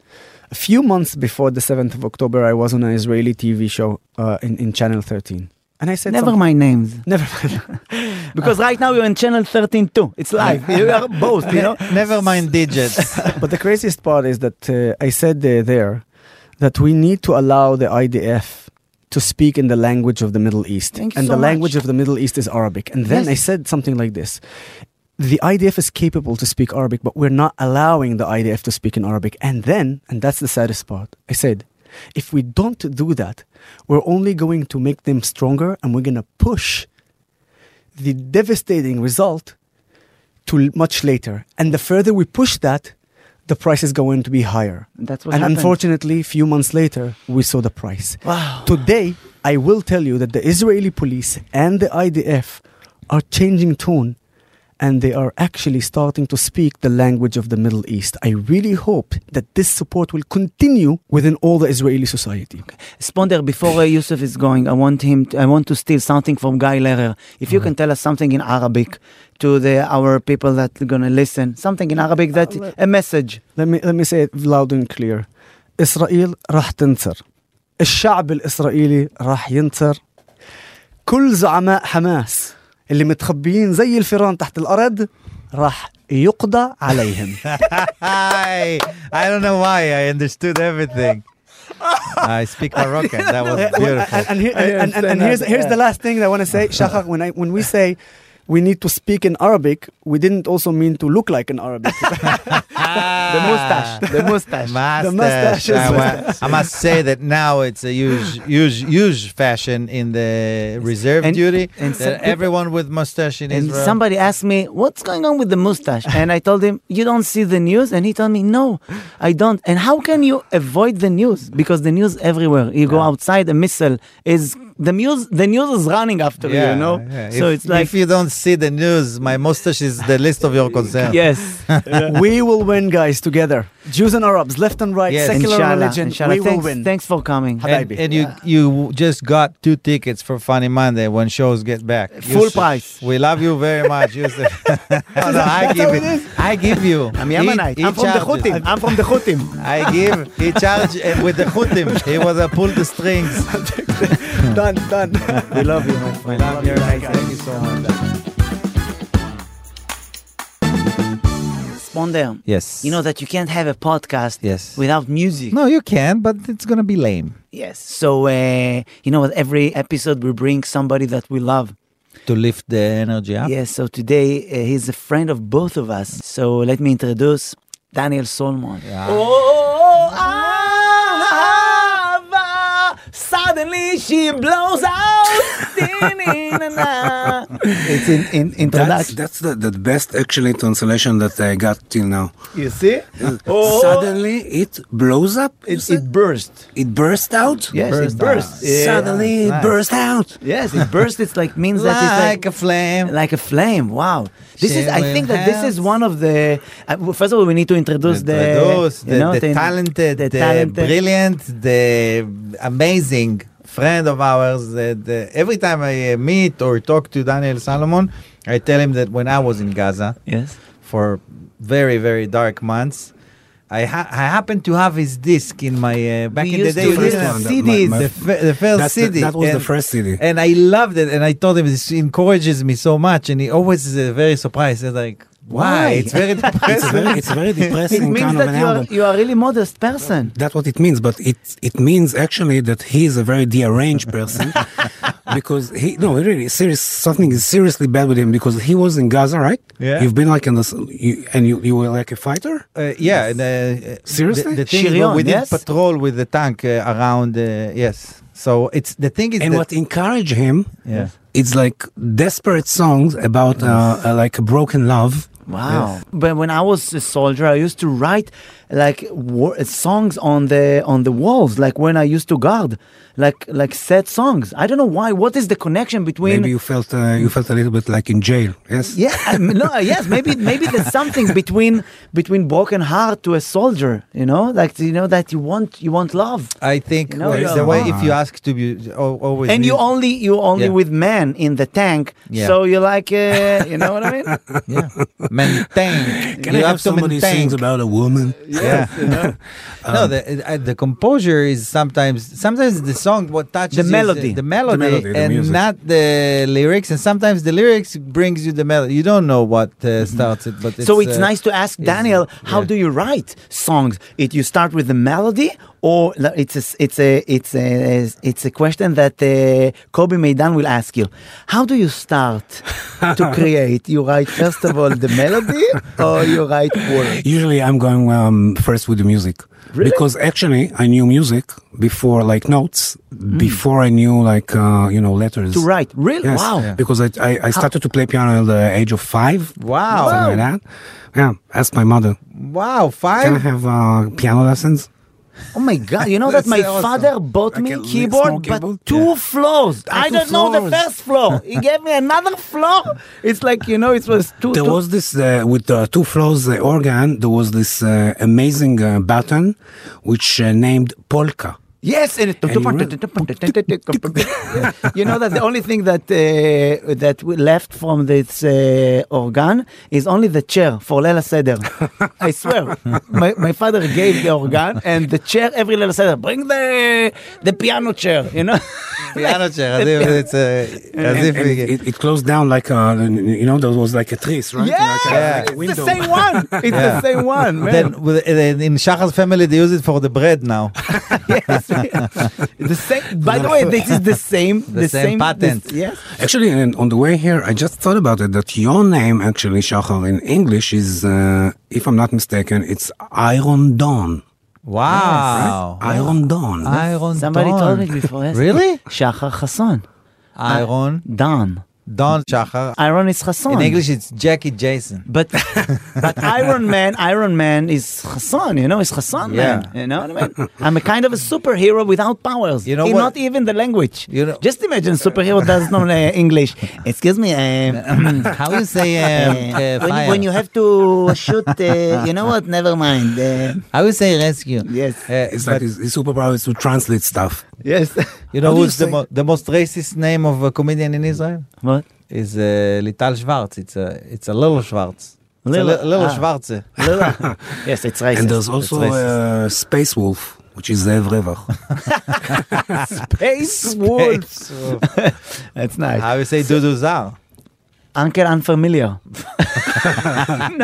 Speaker 1: A few months before the 7th of October, I was on an Israeli TV show uh, in, in Channel 13. And I said,
Speaker 4: Never
Speaker 1: something- Ah.
Speaker 4: mind names.
Speaker 1: Never mind.
Speaker 4: Because right now you're in channel 13 too. It's live. you are both, you know?
Speaker 5: Never mind digits.
Speaker 1: but the craziest part is that uh, I said uh, there that we need to allow the IDF to speak in the language of the Middle East.
Speaker 4: Thank you
Speaker 1: and
Speaker 4: so
Speaker 1: the
Speaker 4: much.
Speaker 1: language of the Middle East is Arabic. And then
Speaker 4: Yes.
Speaker 1: I said something like this. The IDF is capable to speak Arabic, but we're not allowing the IDF to speak in Arabic. And then, and that's the saddest part, I said, if we don't do that, we're only going to make them stronger and we're going to push the devastating result to l- much later. And the further we push that, the price is going to be higher.
Speaker 4: That's what
Speaker 1: and
Speaker 4: happened.
Speaker 1: unfortunately, few months later, we saw the price.
Speaker 4: Wow.
Speaker 1: Today, I will tell you that the Israeli police and the IDF are changing tone and they are actually starting to speak the language of the Middle East. I really hope that this support will continue within all the Israeli society.
Speaker 4: Sponder, before uh, Yusuf is going, I want him. To, I want to steal something from Guy Lehrer. If you can tell us something in Arabic to the our people that are gonna listen, something in Arabic that
Speaker 5: Uh,
Speaker 4: a message.
Speaker 1: Let me let me say it loud and clear. إسرائيل راح تنتصر. الشعب الإسرائيلي راح ينتصر. كل زعماء حماس اللي متخبيين زي الفيران تحت الأرض راح يقضى عليهم.
Speaker 5: I I don't know why I understood everything. I speak Moroccan. That was
Speaker 1: Yeah, well,
Speaker 5: beautiful.
Speaker 1: And, and, here- and- and- and
Speaker 4: understand
Speaker 1: here's,
Speaker 4: that,
Speaker 1: here's the
Speaker 4: yeah.
Speaker 1: last thing that I want to say, Shachar, when, I, when we say we need to speak in Arabic, we didn't also mean to look like an Arabic.
Speaker 4: the mustache. The mustache.
Speaker 5: Ah. mustache.
Speaker 1: The mustache is-
Speaker 5: I, wa- I must say that now it's a huge, huge, huge fashion in the reserve
Speaker 4: And-
Speaker 5: duty.
Speaker 4: and
Speaker 5: And
Speaker 4: some people-
Speaker 5: everyone with mustache in
Speaker 4: And
Speaker 5: Israel.
Speaker 4: somebody asked me, What's going on with the mustache? And I told him, You don't see the news? And he told me, No, I don't. And how can you avoid the news? Because the news everywhere. You go outside, a missile is the news the news is running after you, you know?
Speaker 5: yeah.
Speaker 4: So
Speaker 5: if,
Speaker 4: it's like
Speaker 5: if you don't see the news, my mustache is the list of your concerns.
Speaker 4: Yes.
Speaker 1: we will win, guys, together. Jews and Arabs, left and right,
Speaker 5: Yes.
Speaker 1: secular
Speaker 4: Inshallah,
Speaker 1: religion.
Speaker 4: inshallah.
Speaker 1: We will
Speaker 4: Thanks,
Speaker 1: win.
Speaker 4: thanks for coming.
Speaker 5: And, and you you just got two tickets for Funny Monday when shows get back. You
Speaker 4: Full price.
Speaker 5: We love you very much, Yusuf. no, no, I give it. I give you.
Speaker 4: I'm Yemenite.
Speaker 5: He- he
Speaker 4: I'm from the
Speaker 5: charges.
Speaker 4: Houthim. I'm from the Houthim.
Speaker 5: I give. He charged uh, with the Houthim. He was a pulled the strings.
Speaker 1: done, done. we love you, man.
Speaker 5: We love you guys. Thank you so much.
Speaker 4: Sponder.
Speaker 5: Yes.
Speaker 4: You know that you can't have a podcast
Speaker 5: Yes.
Speaker 4: without music.
Speaker 5: No, you can, but it's gonna be lame.
Speaker 4: Yes. So uh, you know what? Every episode we bring somebody that we love.
Speaker 5: To lift the energy up.
Speaker 4: Yes. So today uh, he's a friend of both of us. So let me introduce Daniel Solomon. Oh, Ahava, suddenly she blows out. Di-ni-na-na. it's in, in
Speaker 6: That's,
Speaker 4: introduction.
Speaker 6: that's the, the best actually translation that I got till now.
Speaker 4: You see?
Speaker 6: Suddenly it blows up. you
Speaker 4: It,
Speaker 6: said?
Speaker 4: it burst.
Speaker 6: it bursts out.
Speaker 4: Yes, it burst. Yeah.
Speaker 6: Suddenly it
Speaker 5: Nice.
Speaker 6: bursts out.
Speaker 4: Yes, it burst. It's like means
Speaker 5: Like,
Speaker 4: that it's
Speaker 5: a flame.
Speaker 4: like a flame. Wow, this is. I
Speaker 5: Sharing
Speaker 4: think that this is
Speaker 5: hands.
Speaker 4: one of the. Uh, well, first of all, we need to introduce the
Speaker 5: Those,
Speaker 4: you
Speaker 5: the,
Speaker 4: know,
Speaker 5: the
Speaker 4: the-
Speaker 5: talented, the, brilliant, the amazing friend of ours. That uh, every time I uh, meet or talk to Daniel Salomon, I tell him that when I was in Gaza
Speaker 4: Yes.
Speaker 5: for very very dark months. I, ha- I happened to have his disc in my uh, back
Speaker 4: We
Speaker 5: in the
Speaker 4: used
Speaker 5: day.
Speaker 4: to
Speaker 5: we
Speaker 4: first
Speaker 5: didn't have
Speaker 6: one, that-
Speaker 5: CDs,
Speaker 6: my- my-
Speaker 5: the, f- the first
Speaker 6: That's the-
Speaker 5: CD.
Speaker 6: that was the
Speaker 5: and-
Speaker 6: first CD.
Speaker 5: and I loved it. And I told him this encourages me so much, and he always is uh, very surprised. He's like, "Why?
Speaker 4: Why?
Speaker 5: It's very
Speaker 6: It's a
Speaker 5: depressing."
Speaker 6: very, it's a very
Speaker 4: It
Speaker 6: depressing
Speaker 4: means
Speaker 6: kind of
Speaker 4: that
Speaker 6: an
Speaker 4: you are
Speaker 6: album.
Speaker 4: you are a really modest person.
Speaker 6: That's what it means, but it it means actually that he is a very deranged person because he no really serious something is seriously bad with him because he was in Gaza, right?
Speaker 5: Yeah.
Speaker 6: You've been like in this, you, and you you were like a fighter.
Speaker 5: uh, yeah. and, uh, uh,
Speaker 6: Seriously?
Speaker 5: the, the thing
Speaker 4: Shirion,
Speaker 5: we did
Speaker 4: yes?
Speaker 5: patrol with the tank uh, around. Uh, yes. So it's the thing is
Speaker 6: And
Speaker 5: that,
Speaker 6: what encouraged him?
Speaker 5: Yeah.
Speaker 6: It's like desperate songs about uh, uh, like a broken love.
Speaker 4: Wow. But when I was a soldier, I used to write like war- songs on the on the walls, like when I used to guard, like like sad songs. I don't know why. What is the connection between?
Speaker 6: Maybe you felt uh, you felt a little bit like in jail. Yes.
Speaker 4: Yeah, I mean, no, yes, maybe maybe there's something between between broken heart to a soldier, you know, like you know that you want you want love,
Speaker 5: I think
Speaker 4: No,
Speaker 5: it's
Speaker 4: you're
Speaker 5: the way
Speaker 4: wrong.
Speaker 5: if you ask to be al- always
Speaker 4: and you
Speaker 5: need-
Speaker 4: only you only
Speaker 5: Yeah.
Speaker 4: with men in the tank,
Speaker 5: Yeah.
Speaker 4: so you're like, uh, you know what I mean?
Speaker 5: yeah. maintain.
Speaker 6: Can
Speaker 5: you
Speaker 6: I have somebody who
Speaker 5: maintain.
Speaker 6: sings about a woman?
Speaker 5: Yeah. no, the uh, the composure is sometimes sometimes the song what touches
Speaker 4: The
Speaker 5: you is uh,
Speaker 4: melody.
Speaker 5: the, the melody,
Speaker 6: melody, the
Speaker 5: and
Speaker 6: music.
Speaker 5: not the lyrics, and sometimes the lyrics brings you the melody. You don't know what uh, starts it, but it's,
Speaker 4: so it's
Speaker 5: uh,
Speaker 4: nice to ask
Speaker 5: it's,
Speaker 4: Daniel,
Speaker 5: uh,
Speaker 4: how
Speaker 5: yeah.
Speaker 4: do you write songs? It you start with the melody, or la- it's a, s- it's a it's a it's a question that uh, Kobe Maidan will ask you. How do you start to create? You write first of all the melody, or you write words?
Speaker 6: Usually, I'm going um, first with the music because actually I knew music before, like notes, before I knew like uh, you know letters.
Speaker 4: to write. Really?
Speaker 6: Yes,
Speaker 4: Wow.
Speaker 6: Because I, I, I started to play piano at the age of five.
Speaker 5: Wow.
Speaker 6: Something like that. Yeah. Asked my mother,
Speaker 5: Wow,
Speaker 6: "Can I
Speaker 5: five.
Speaker 6: have uh, piano lessons?"
Speaker 4: Oh my God. You know that my
Speaker 5: That's awesome.
Speaker 4: father bought
Speaker 6: uh, Like
Speaker 4: me
Speaker 6: a li- small
Speaker 4: keyboard,
Speaker 6: keyboard?
Speaker 4: but two floors. I
Speaker 6: two
Speaker 4: don't know the
Speaker 6: floors.
Speaker 4: first floor. he gave me another floor. It's like, you know, it was two.
Speaker 6: There
Speaker 4: two-
Speaker 6: was this uh, with the two floors uh, organ. There was this uh, amazing uh, button, which uh, named polka.
Speaker 4: Yes, and it.
Speaker 6: you really-
Speaker 4: you know that the only thing that uh, that we left from this uh, organ is only the chair for Lela Seder. I swear, my, my father gave the organ and the chair every Lela Seder. Bring the the piano chair, you know.
Speaker 5: Piano chair, as if it's uh, as
Speaker 6: And-
Speaker 5: if
Speaker 6: and
Speaker 5: we get-
Speaker 6: it, it closed down like uh, you know there was like a trees, right?
Speaker 4: Yeah,
Speaker 6: Like a-
Speaker 5: Yeah.
Speaker 6: like a
Speaker 4: It's the
Speaker 6: window.
Speaker 4: same one. It's the
Speaker 5: Yeah.
Speaker 4: same one. Man.
Speaker 5: Then with, uh, in Shachar's family, they use it for the bread now.
Speaker 4: yes, the same. By the way, this is the same. The,
Speaker 5: same patent.
Speaker 4: This, yes.
Speaker 6: Actually, and on the way here, I just thought about it that your name, actually, Shachar, in English is, uh, if I'm not mistaken, it's Iron Dawn.
Speaker 5: Wow.
Speaker 6: Iron Dawn.
Speaker 5: Iron
Speaker 4: Somebody
Speaker 5: Dawn.
Speaker 4: told me before. Yes.
Speaker 5: Really?
Speaker 4: Shachar Hassan.
Speaker 5: Iron
Speaker 4: Don.
Speaker 5: Don Shachar.
Speaker 4: Iron is Hassan.
Speaker 5: In English, it's Jackie Jason.
Speaker 4: But but Iron Man, Iron Man is Hassan, you know, is Hassan
Speaker 5: Yeah.
Speaker 4: Man. You know what I mean? I'm a kind of a superhero without powers.
Speaker 5: You know
Speaker 4: In
Speaker 5: what-
Speaker 4: not even the language.
Speaker 5: You know-
Speaker 4: Just imagine superhero does not know uh, English. Excuse me, um,
Speaker 5: How you say um,
Speaker 4: uh,
Speaker 5: uh,
Speaker 4: when,
Speaker 5: fire?
Speaker 4: when you have to shoot, uh, you know what? Never mind. Uh,
Speaker 5: How you say rescue?
Speaker 4: yes,
Speaker 5: Uh,
Speaker 6: It's like his, his superpower is to translate stuff.
Speaker 4: yes.
Speaker 5: you know
Speaker 6: How do you
Speaker 5: who's the,
Speaker 6: say-
Speaker 5: mo- the most racist name of a comedian in Israel?
Speaker 4: what?
Speaker 5: Is uh, Lital Schwartz. It's a it's a little Schwartz. It's a
Speaker 4: Little-
Speaker 5: li- little
Speaker 4: ah.
Speaker 5: Schwarze.
Speaker 4: Little- yes, it's racist.
Speaker 6: And there's also
Speaker 5: racist.
Speaker 6: uh, Space Wolf, which is Zev Revach.
Speaker 4: space wolf. That's nice.
Speaker 5: How you say Dudu Zar?
Speaker 4: Uncle unfamiliar.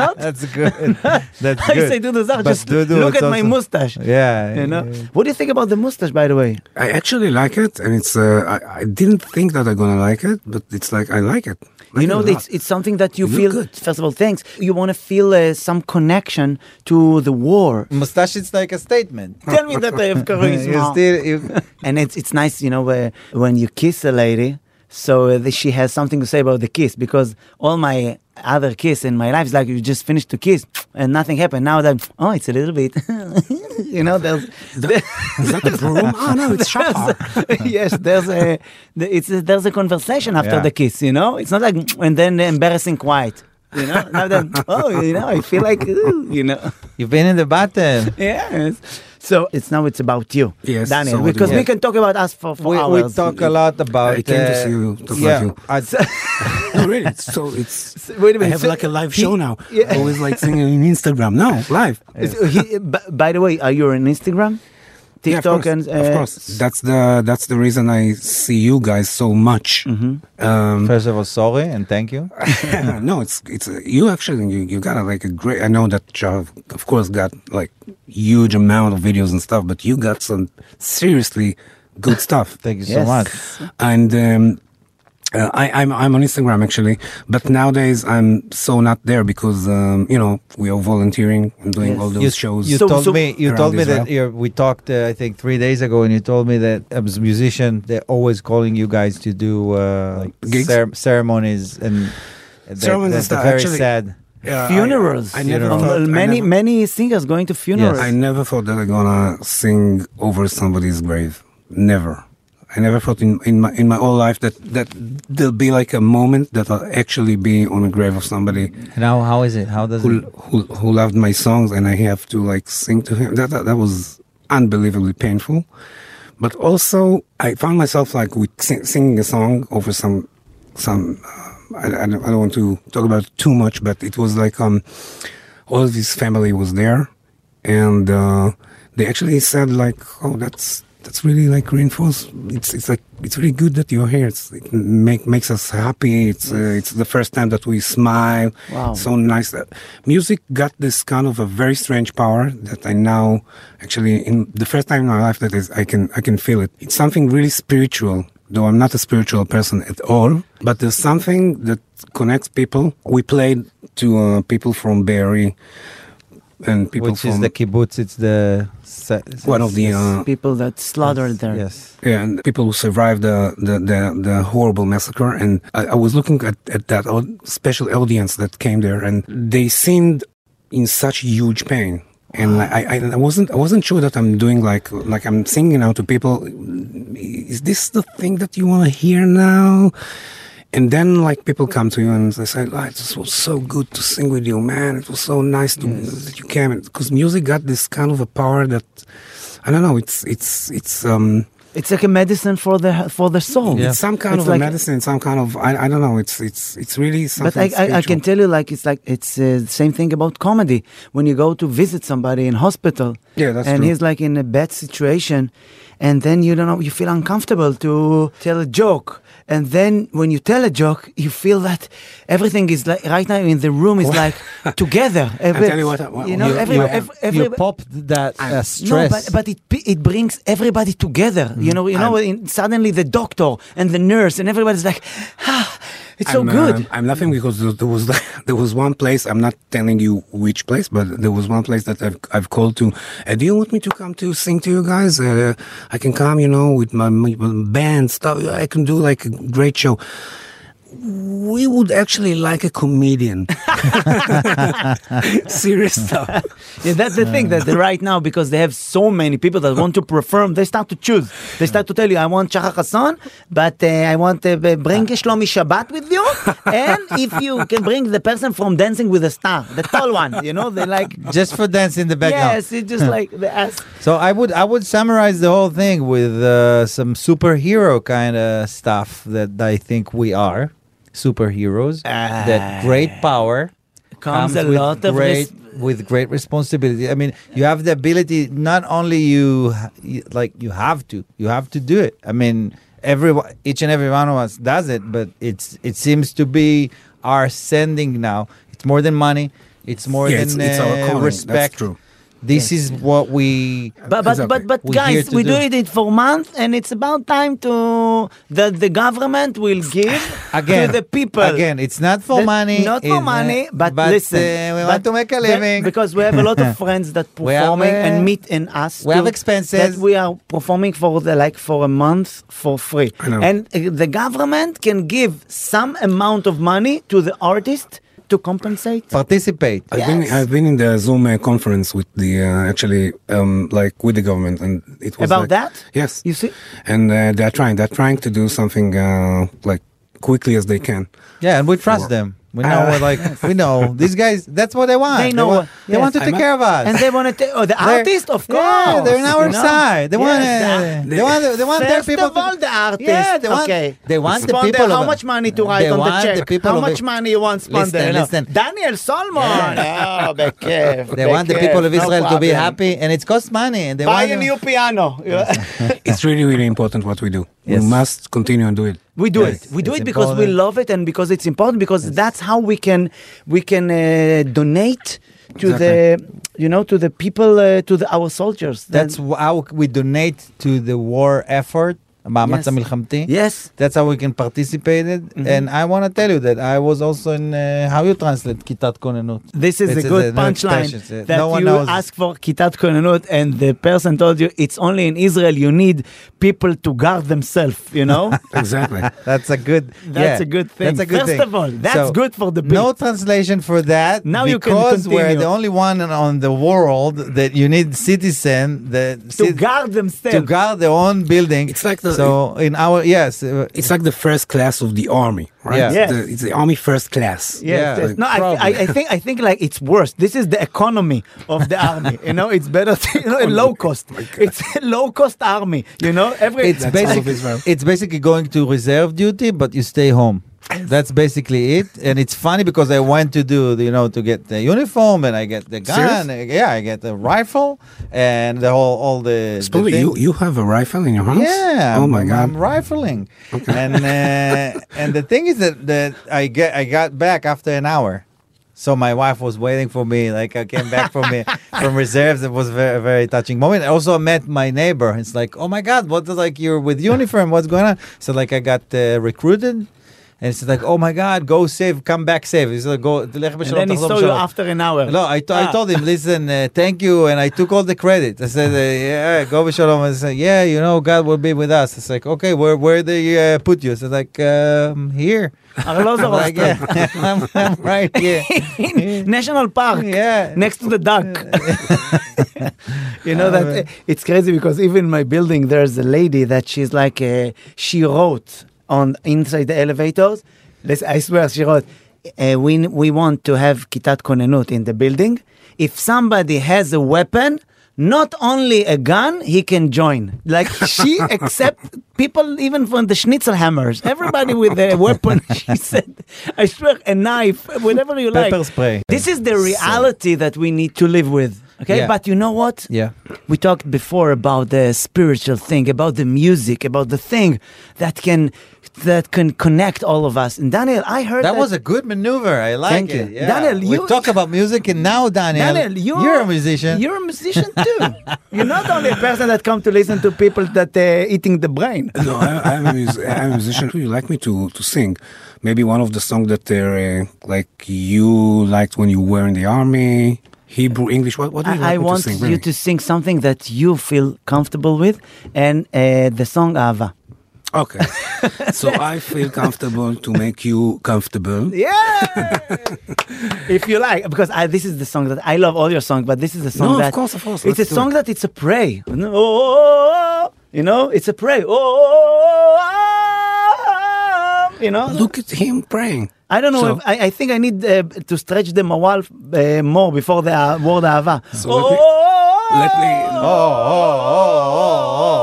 Speaker 4: not.
Speaker 5: That's good. That's
Speaker 4: I
Speaker 5: good.
Speaker 4: say do the zar.
Speaker 5: But
Speaker 4: Just
Speaker 5: Dudu,
Speaker 4: look
Speaker 5: it's
Speaker 4: at my
Speaker 5: also-
Speaker 4: mustache.
Speaker 5: Yeah.
Speaker 4: You know.
Speaker 5: yeah.
Speaker 4: What do you think about the mustache, by the way?
Speaker 6: I actually like it, and it's. Uh, I, I didn't think that I'm gonna like it, but it's like I like it. Like
Speaker 4: you
Speaker 6: it
Speaker 4: know,
Speaker 6: a lot.
Speaker 4: it's, it's something that you
Speaker 6: You
Speaker 4: feel.
Speaker 6: look good.
Speaker 4: First of all, thanks. You want to feel uh, some connection to the war.
Speaker 5: Mustache is like a statement.
Speaker 4: Tell me that I have
Speaker 5: you
Speaker 4: charisma.
Speaker 5: still, you,
Speaker 4: and it's it's nice, you know, uh, when you kiss a lady, so uh, the, she has something to say about the kiss because all my other kiss in my life is like you just finished to kiss and nothing happened. Now that oh, it's a little bit, you know, there's
Speaker 6: is that a broom? oh no, it's Shachar.
Speaker 4: yes, there's a the- it's a, there's a conversation after
Speaker 5: Yeah.
Speaker 4: the kiss, you know. It's not like and then embarrassing quiet, you know. now then, oh, you know, I feel like ooh, you know,
Speaker 5: you've been in the bathroom.
Speaker 4: yes. So it's now it's about you,
Speaker 6: Yes,
Speaker 4: Daniel,
Speaker 6: so what do
Speaker 4: because
Speaker 6: you
Speaker 4: we
Speaker 6: want?
Speaker 4: can talk about us for, for
Speaker 5: We, we
Speaker 4: hours.
Speaker 5: talk a lot about. uh,
Speaker 6: I came to see you, talk like
Speaker 5: yeah,
Speaker 6: you.
Speaker 5: I-
Speaker 6: no, really. It's, so it's.
Speaker 4: Wait a
Speaker 6: I
Speaker 4: minute,
Speaker 6: have
Speaker 4: so
Speaker 6: like a live
Speaker 4: he-
Speaker 6: show now.
Speaker 4: yeah.
Speaker 6: Always like singing on Instagram. No, live.
Speaker 4: So he- b- by the way, are you on Instagram,
Speaker 6: Yeah, of
Speaker 4: TikTok,
Speaker 6: course,
Speaker 4: and
Speaker 6: of
Speaker 4: uh,
Speaker 6: course, that's the that's the reason I see you guys so much.
Speaker 4: Mm-hmm.
Speaker 6: Um,
Speaker 5: First of all, sorry and thank you.
Speaker 6: no, it's it's uh, you actually you, you got a, like a great. I know that you have, of course got like huge amount of videos and stuff, but you got some seriously good stuff.
Speaker 5: Thank you so
Speaker 4: Yes.
Speaker 5: much.
Speaker 6: and um, uh, I, I'm I'm on Instagram actually, but nowadays I'm so not there because um, you know we are volunteering and doing
Speaker 4: Yes.
Speaker 6: all those
Speaker 5: You,
Speaker 6: shows.
Speaker 5: you
Speaker 4: So-
Speaker 5: told
Speaker 4: so-
Speaker 5: me. You
Speaker 6: Around
Speaker 5: told me
Speaker 6: Israel.
Speaker 5: that you we talked. Uh, I think three days ago, and you told me that as a musician, they're always calling you guys to do uh, like
Speaker 6: Gigs?
Speaker 5: cer- ceremonies and. that-
Speaker 6: Ceremonies
Speaker 5: that's
Speaker 6: that
Speaker 5: very
Speaker 6: actually-
Speaker 5: sad.
Speaker 6: Yeah, I-
Speaker 4: funerals?
Speaker 6: I,
Speaker 4: Um,
Speaker 6: never
Speaker 5: Funerals.
Speaker 6: thought,
Speaker 4: many
Speaker 6: I never,
Speaker 4: many singers going to funerals.
Speaker 6: I never thought that I'm gonna sing over somebody's grave. Never. I never thought in, in my in my whole life that that there'll be like a moment that I'll actually be on a grave of somebody
Speaker 5: Now, how is it? How does
Speaker 6: who
Speaker 5: it?
Speaker 6: who, who loved my songs and I have to like sing to him. That, that that was unbelievably painful. But also, I found myself like with sing, singing a song over some some. Uh, I, I, don't, I don't want to talk about it too much, but it was like um, all of his family was there, and uh, they actually said like, "Oh, that's." That's really like reinforced. It's it's like it's really good that you're here. It's, it make makes us happy. It's uh, it's the first time that we smile.
Speaker 4: Wow.
Speaker 6: So nice. Uh, music got this kind of a very strange power that I now actually, in the first time in my life, that is, I can I can feel it. It's something really spiritual. Though I'm not a spiritual person at all, but there's something that connects people. We played to uh, people from Barry and people
Speaker 5: Which
Speaker 6: from
Speaker 5: is the kibbutz? It's the se-
Speaker 6: one of the uh,
Speaker 4: People that slaughtered their
Speaker 5: yes.
Speaker 6: Yeah, and people who survived the the, the, the horrible massacre. And I, I was looking at, at that au- special audience that came there, and they seemed in such huge pain. And like, I, I I wasn't I wasn't sure that I'm doing like like I'm singing out to people. Is this the thing that you want to hear now? And then like people come to you and they say, "Like this was so good to sing with you, man. It was so nice to, that you came." Because music got this kind of a power that I don't know. It's it's it's um
Speaker 4: It's like a medicine for the for the soul.
Speaker 5: Yeah.
Speaker 6: it's some kind
Speaker 4: It's
Speaker 6: of a
Speaker 4: like-
Speaker 6: medicine, some kind of I, I don't know. It's it's it's really something.
Speaker 4: But I, I, I can
Speaker 6: spiritual.
Speaker 4: tell you, like it's like it's uh, the same thing about comedy. When you go to visit somebody in hospital,
Speaker 6: Yeah, that's
Speaker 4: and
Speaker 6: true.
Speaker 4: he's like in a bad situation, and then you don't know, you feel uncomfortable to tell a joke, And then when you tell a joke, you feel that everything is like right now in the room is like together. Every-
Speaker 6: tell you what, what-
Speaker 4: you know,
Speaker 6: you-
Speaker 4: every,
Speaker 6: you-
Speaker 4: ev- every, Ah,
Speaker 5: you popped that uh, stress.
Speaker 4: no, but, but it p- it brings everybody together.
Speaker 6: Mm-hmm.
Speaker 4: You know, you know. in, suddenly the doctor and the nurse and everybody's like, ah, it's so
Speaker 6: I'm,
Speaker 4: good.
Speaker 6: um, I'm laughing because there, there was there was one place. I'm not telling you which place, but there was one place that I've I've called to. Uh, do you want me to come to sing to you guys? Uh, I can come, you know, with my, my band stuff. I can do like a great show. We would actually like a comedian. Serious stuff.
Speaker 4: Yeah, that's the thing that right now because they have so many people that want to perform, they start to choose. They start to tell you, I want Shahar Hassan, but uh, I want uh, bring
Speaker 5: Ah.
Speaker 4: Shlomi Shabbat with you, and if you can bring the person from Dancing with the Star, the tall one, you know, they like.
Speaker 5: just for dancing in the background.
Speaker 4: Yes, it's just like the ass.
Speaker 5: So I would I would summarize the whole thing with uh, some superhero kind of stuff that I think we are superheroes. that great power
Speaker 4: comes a
Speaker 5: with
Speaker 4: lot of
Speaker 5: great
Speaker 4: res-
Speaker 5: with great responsibility. I mean, you have the ability. Not only you, ha- you- like you have to, you have to do it. I mean, everyone, each and every one of us does it, but it's it seems to be our sending now. It's more than money. It's more
Speaker 6: Yeah, it's-
Speaker 5: than
Speaker 6: it's our
Speaker 5: uh,
Speaker 6: calling. That's
Speaker 5: respect.
Speaker 6: true.
Speaker 5: This is what we
Speaker 4: But but,
Speaker 6: Exactly.
Speaker 4: but but
Speaker 5: We're here
Speaker 4: guys,
Speaker 5: to
Speaker 4: we
Speaker 5: do.
Speaker 4: do it in for months, and it's about time to that the government will give
Speaker 5: again
Speaker 4: to the people
Speaker 5: Again, it's not for
Speaker 4: That-
Speaker 5: money.
Speaker 4: Not
Speaker 5: it's
Speaker 4: for money, but, listen.
Speaker 5: uh, we want
Speaker 4: but
Speaker 5: to make a
Speaker 4: that-
Speaker 5: living.
Speaker 4: because we have a lot of friends that
Speaker 5: We have,
Speaker 4: performing
Speaker 5: uh,
Speaker 4: and meet in us.
Speaker 5: we have
Speaker 4: to-
Speaker 5: expenses.
Speaker 4: that we are performing for the like for a month for free,
Speaker 6: I know.
Speaker 4: and uh, the government can give some amount of money to the artist to compensate.
Speaker 5: participate.
Speaker 6: I've been I've been in the Zoom uh, conference with the uh, actually um, like with the government and it was
Speaker 4: About
Speaker 6: like-
Speaker 4: that?
Speaker 6: Yes,
Speaker 4: You see?
Speaker 6: and uh, they're trying they're trying to do something uh, like quickly as they can.
Speaker 5: Yeah, and we trust them. We know
Speaker 4: Uh,
Speaker 5: we're like we know these guys. That's what they want.
Speaker 4: They know
Speaker 5: want,
Speaker 4: what-
Speaker 5: they want to
Speaker 4: yes.
Speaker 5: take care of us.
Speaker 4: and they want to take oh, the
Speaker 5: They're-
Speaker 4: artist, of course.
Speaker 5: Yeah, they're on
Speaker 4: you
Speaker 5: our
Speaker 4: know?
Speaker 5: side. They
Speaker 4: Yes, uh,
Speaker 5: want. uh, They want. They want their
Speaker 4: First
Speaker 5: people.
Speaker 4: of all, the artist.
Speaker 5: Yeah, they want-
Speaker 4: okay.
Speaker 5: they want the
Speaker 4: Sponder,
Speaker 5: people
Speaker 4: How
Speaker 5: of-
Speaker 4: much money to write
Speaker 5: they
Speaker 4: on the
Speaker 5: want the
Speaker 4: check?
Speaker 5: people
Speaker 4: how
Speaker 5: of-
Speaker 4: much money you want, Sponder?
Speaker 5: Listen,
Speaker 4: No.
Speaker 5: listen.
Speaker 4: Daniel Solomon. Oh, be careful.
Speaker 5: They
Speaker 4: be
Speaker 5: want the people
Speaker 4: careful,
Speaker 5: of
Speaker 4: no
Speaker 5: Israel to be
Speaker 4: problem.
Speaker 5: happy, and it costs money. And they
Speaker 4: Buy
Speaker 5: want
Speaker 4: a new piano.
Speaker 6: It's really really important what we do.
Speaker 5: Yes.
Speaker 6: We must continue and do it.
Speaker 4: We do
Speaker 5: Yes,
Speaker 4: it. We do
Speaker 5: it's
Speaker 4: it because we
Speaker 5: important.
Speaker 4: love it and because it's important because that's how we can we can uh, donate to the you know to the people uh, to the, our soldiers.
Speaker 5: That's
Speaker 4: Then-
Speaker 5: wh- how we donate to the war effort. מאמץ
Speaker 4: Yes. Mm-hmm.
Speaker 5: המלחמתי.
Speaker 4: yes.
Speaker 5: That's how we can participate it. And I want to tell you that I was also in uh, how you translate כיתת כוננות.
Speaker 4: This is
Speaker 5: It's
Speaker 4: a
Speaker 5: a-
Speaker 4: good
Speaker 5: no
Speaker 4: punchline
Speaker 5: expressions, yeah.
Speaker 4: that
Speaker 5: No one
Speaker 4: you
Speaker 5: knows.
Speaker 4: ask for kitat konenut and the person told you it's only in Israel you need people to guard themselves, you know?
Speaker 6: Exactly.
Speaker 5: That's a good.
Speaker 4: That's
Speaker 5: yeah,
Speaker 4: a good thing.
Speaker 5: That's a good
Speaker 4: First
Speaker 5: thing.
Speaker 4: of all, that's good for the
Speaker 5: No
Speaker 4: beat.
Speaker 5: translation for that.
Speaker 4: Now you can
Speaker 5: because we're
Speaker 4: continue.
Speaker 5: the only one on the world that you need citizen that
Speaker 4: to
Speaker 5: cit-
Speaker 4: guard themselves.
Speaker 5: to guard their own building.
Speaker 6: It's like the-
Speaker 5: so in our yes, uh,
Speaker 6: It's like the first class of the army, right?
Speaker 5: Yeah.
Speaker 6: It's,
Speaker 4: Yes.
Speaker 6: the, it's the army first class.
Speaker 4: Yes,
Speaker 5: Yeah,
Speaker 4: yes. no, I, I,
Speaker 5: probably.
Speaker 4: I think I think like it's worse. This is the economy of the army. You know, it's better. To, you know, a low cost. It's a low cost army. You know, every
Speaker 5: Oh it's basically it's basically going to reserve duty, but you stay home. That's basically it, and it's funny because I went to do you know to get the uniform and I get the gun, yeah, I get the rifle and the whole all the, the
Speaker 6: Spoolie,
Speaker 5: thing.
Speaker 6: you you have a rifle in your house?
Speaker 5: Yeah.
Speaker 6: Oh
Speaker 5: I'm-
Speaker 6: my god.
Speaker 5: I'm rifling. And uh, and the thing is that, that I get I got back after an hour. So my wife was waiting for me. Like I came back from me, from reserves. It was a very very touching moment. I also met my neighbor. It's like, oh my god, what the- like you're with uniform? What's going on? So like I got uh, recruited. And it's like, oh my God, go save, come back save. He's like, go, תלך
Speaker 4: and
Speaker 5: בשלום,
Speaker 4: then he
Speaker 5: תחזור
Speaker 4: saw you
Speaker 5: בשלום.
Speaker 4: after an hour.
Speaker 5: No, I, t- I
Speaker 4: Ah.
Speaker 5: told him, listen, uh, thank you, and I took all the credit. I said, uh, yeah, go with Shalom. I said, yeah, you know, God will be with us. It's like, okay, where where they uh, put you? I said, like, um, here. I'm
Speaker 4: Arlozorov
Speaker 5: like, yeah, I'm, I'm right here.
Speaker 4: in National Park.
Speaker 5: Yeah.
Speaker 4: Next to the duck. you know
Speaker 5: Um,
Speaker 4: that uh, it's crazy because even in my building there's a lady that she's like uh, she wrote on inside the elevators. This, I swear she wrote, uh, we we want to have kitat konenut in the building. If somebody has a weapon. Not only a gun, he can join. Like she accept people even from the schnitzel hammers. Everybody with a weapon, she said. I swear, a knife, whatever you like.
Speaker 5: Pepper spray.
Speaker 4: This is the reality that we need to live with. Okay,
Speaker 5: Yeah.
Speaker 4: but you know what?
Speaker 5: Yeah.
Speaker 4: We talked before about the spiritual thing, about the music, about the thing that can that can connect all of us. And Daniel, I heard
Speaker 5: That
Speaker 4: that,
Speaker 5: was a good maneuver. I like
Speaker 4: Thank
Speaker 5: it.
Speaker 4: you.
Speaker 5: Yeah.
Speaker 4: Daniel,
Speaker 5: we
Speaker 4: you-
Speaker 5: talk about music, and now Daniel,
Speaker 4: Daniel, you're,
Speaker 5: a musician.
Speaker 4: You're a musician too. you're not only a person that come to listen to people that uh, eating the brain.
Speaker 6: no, I, I'm, a mus- I'm a musician. You like me to, to sing. Maybe one of the songs that uh, like you liked when you were in the army, Hebrew, English. What, what do you like
Speaker 4: I, I
Speaker 6: me
Speaker 4: want
Speaker 6: to sing?
Speaker 4: you
Speaker 6: really?
Speaker 4: to sing something that you feel comfortable with, and uh, the song Ava.
Speaker 6: Okay. so I feel comfortable to make you comfortable.
Speaker 4: Yeah, if you like, because I, this is the song that I love all your songs, but this is the song
Speaker 6: No, of
Speaker 4: that
Speaker 6: course, of course.
Speaker 4: it's
Speaker 6: Let's
Speaker 4: a
Speaker 6: do
Speaker 4: song that it's a pray. Oh, oh, oh, oh, you know, it's a pray. Oh, oh, oh, oh, you know,
Speaker 6: Look at him praying.
Speaker 4: I don't know.
Speaker 6: So-
Speaker 4: if, I, I think I need uh, to stretch the mawal uh, more before the uh, word Ava.
Speaker 6: So let me- Let me.
Speaker 5: oh, oh, oh, oh,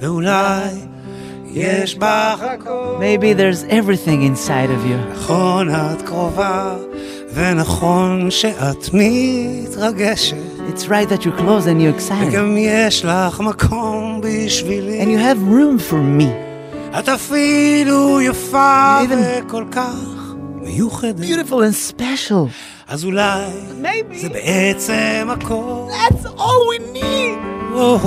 Speaker 6: ואולי יש בך הכל.
Speaker 4: Maybe there's everything inside of you.
Speaker 6: נכון את קרובה, ונכון שאת מתרגשת,
Speaker 4: It's right that you're close and you're excited.
Speaker 6: וגם יש לך מקום בשבילי.
Speaker 4: And you have room for me.
Speaker 6: את אפילו יפה
Speaker 4: Even-
Speaker 6: וכל כך מיוחדת,
Speaker 4: Beautiful and special.
Speaker 6: אז אולי
Speaker 4: Maybe.
Speaker 6: זה בעצם הכל.
Speaker 4: That's all we need.
Speaker 6: Oh.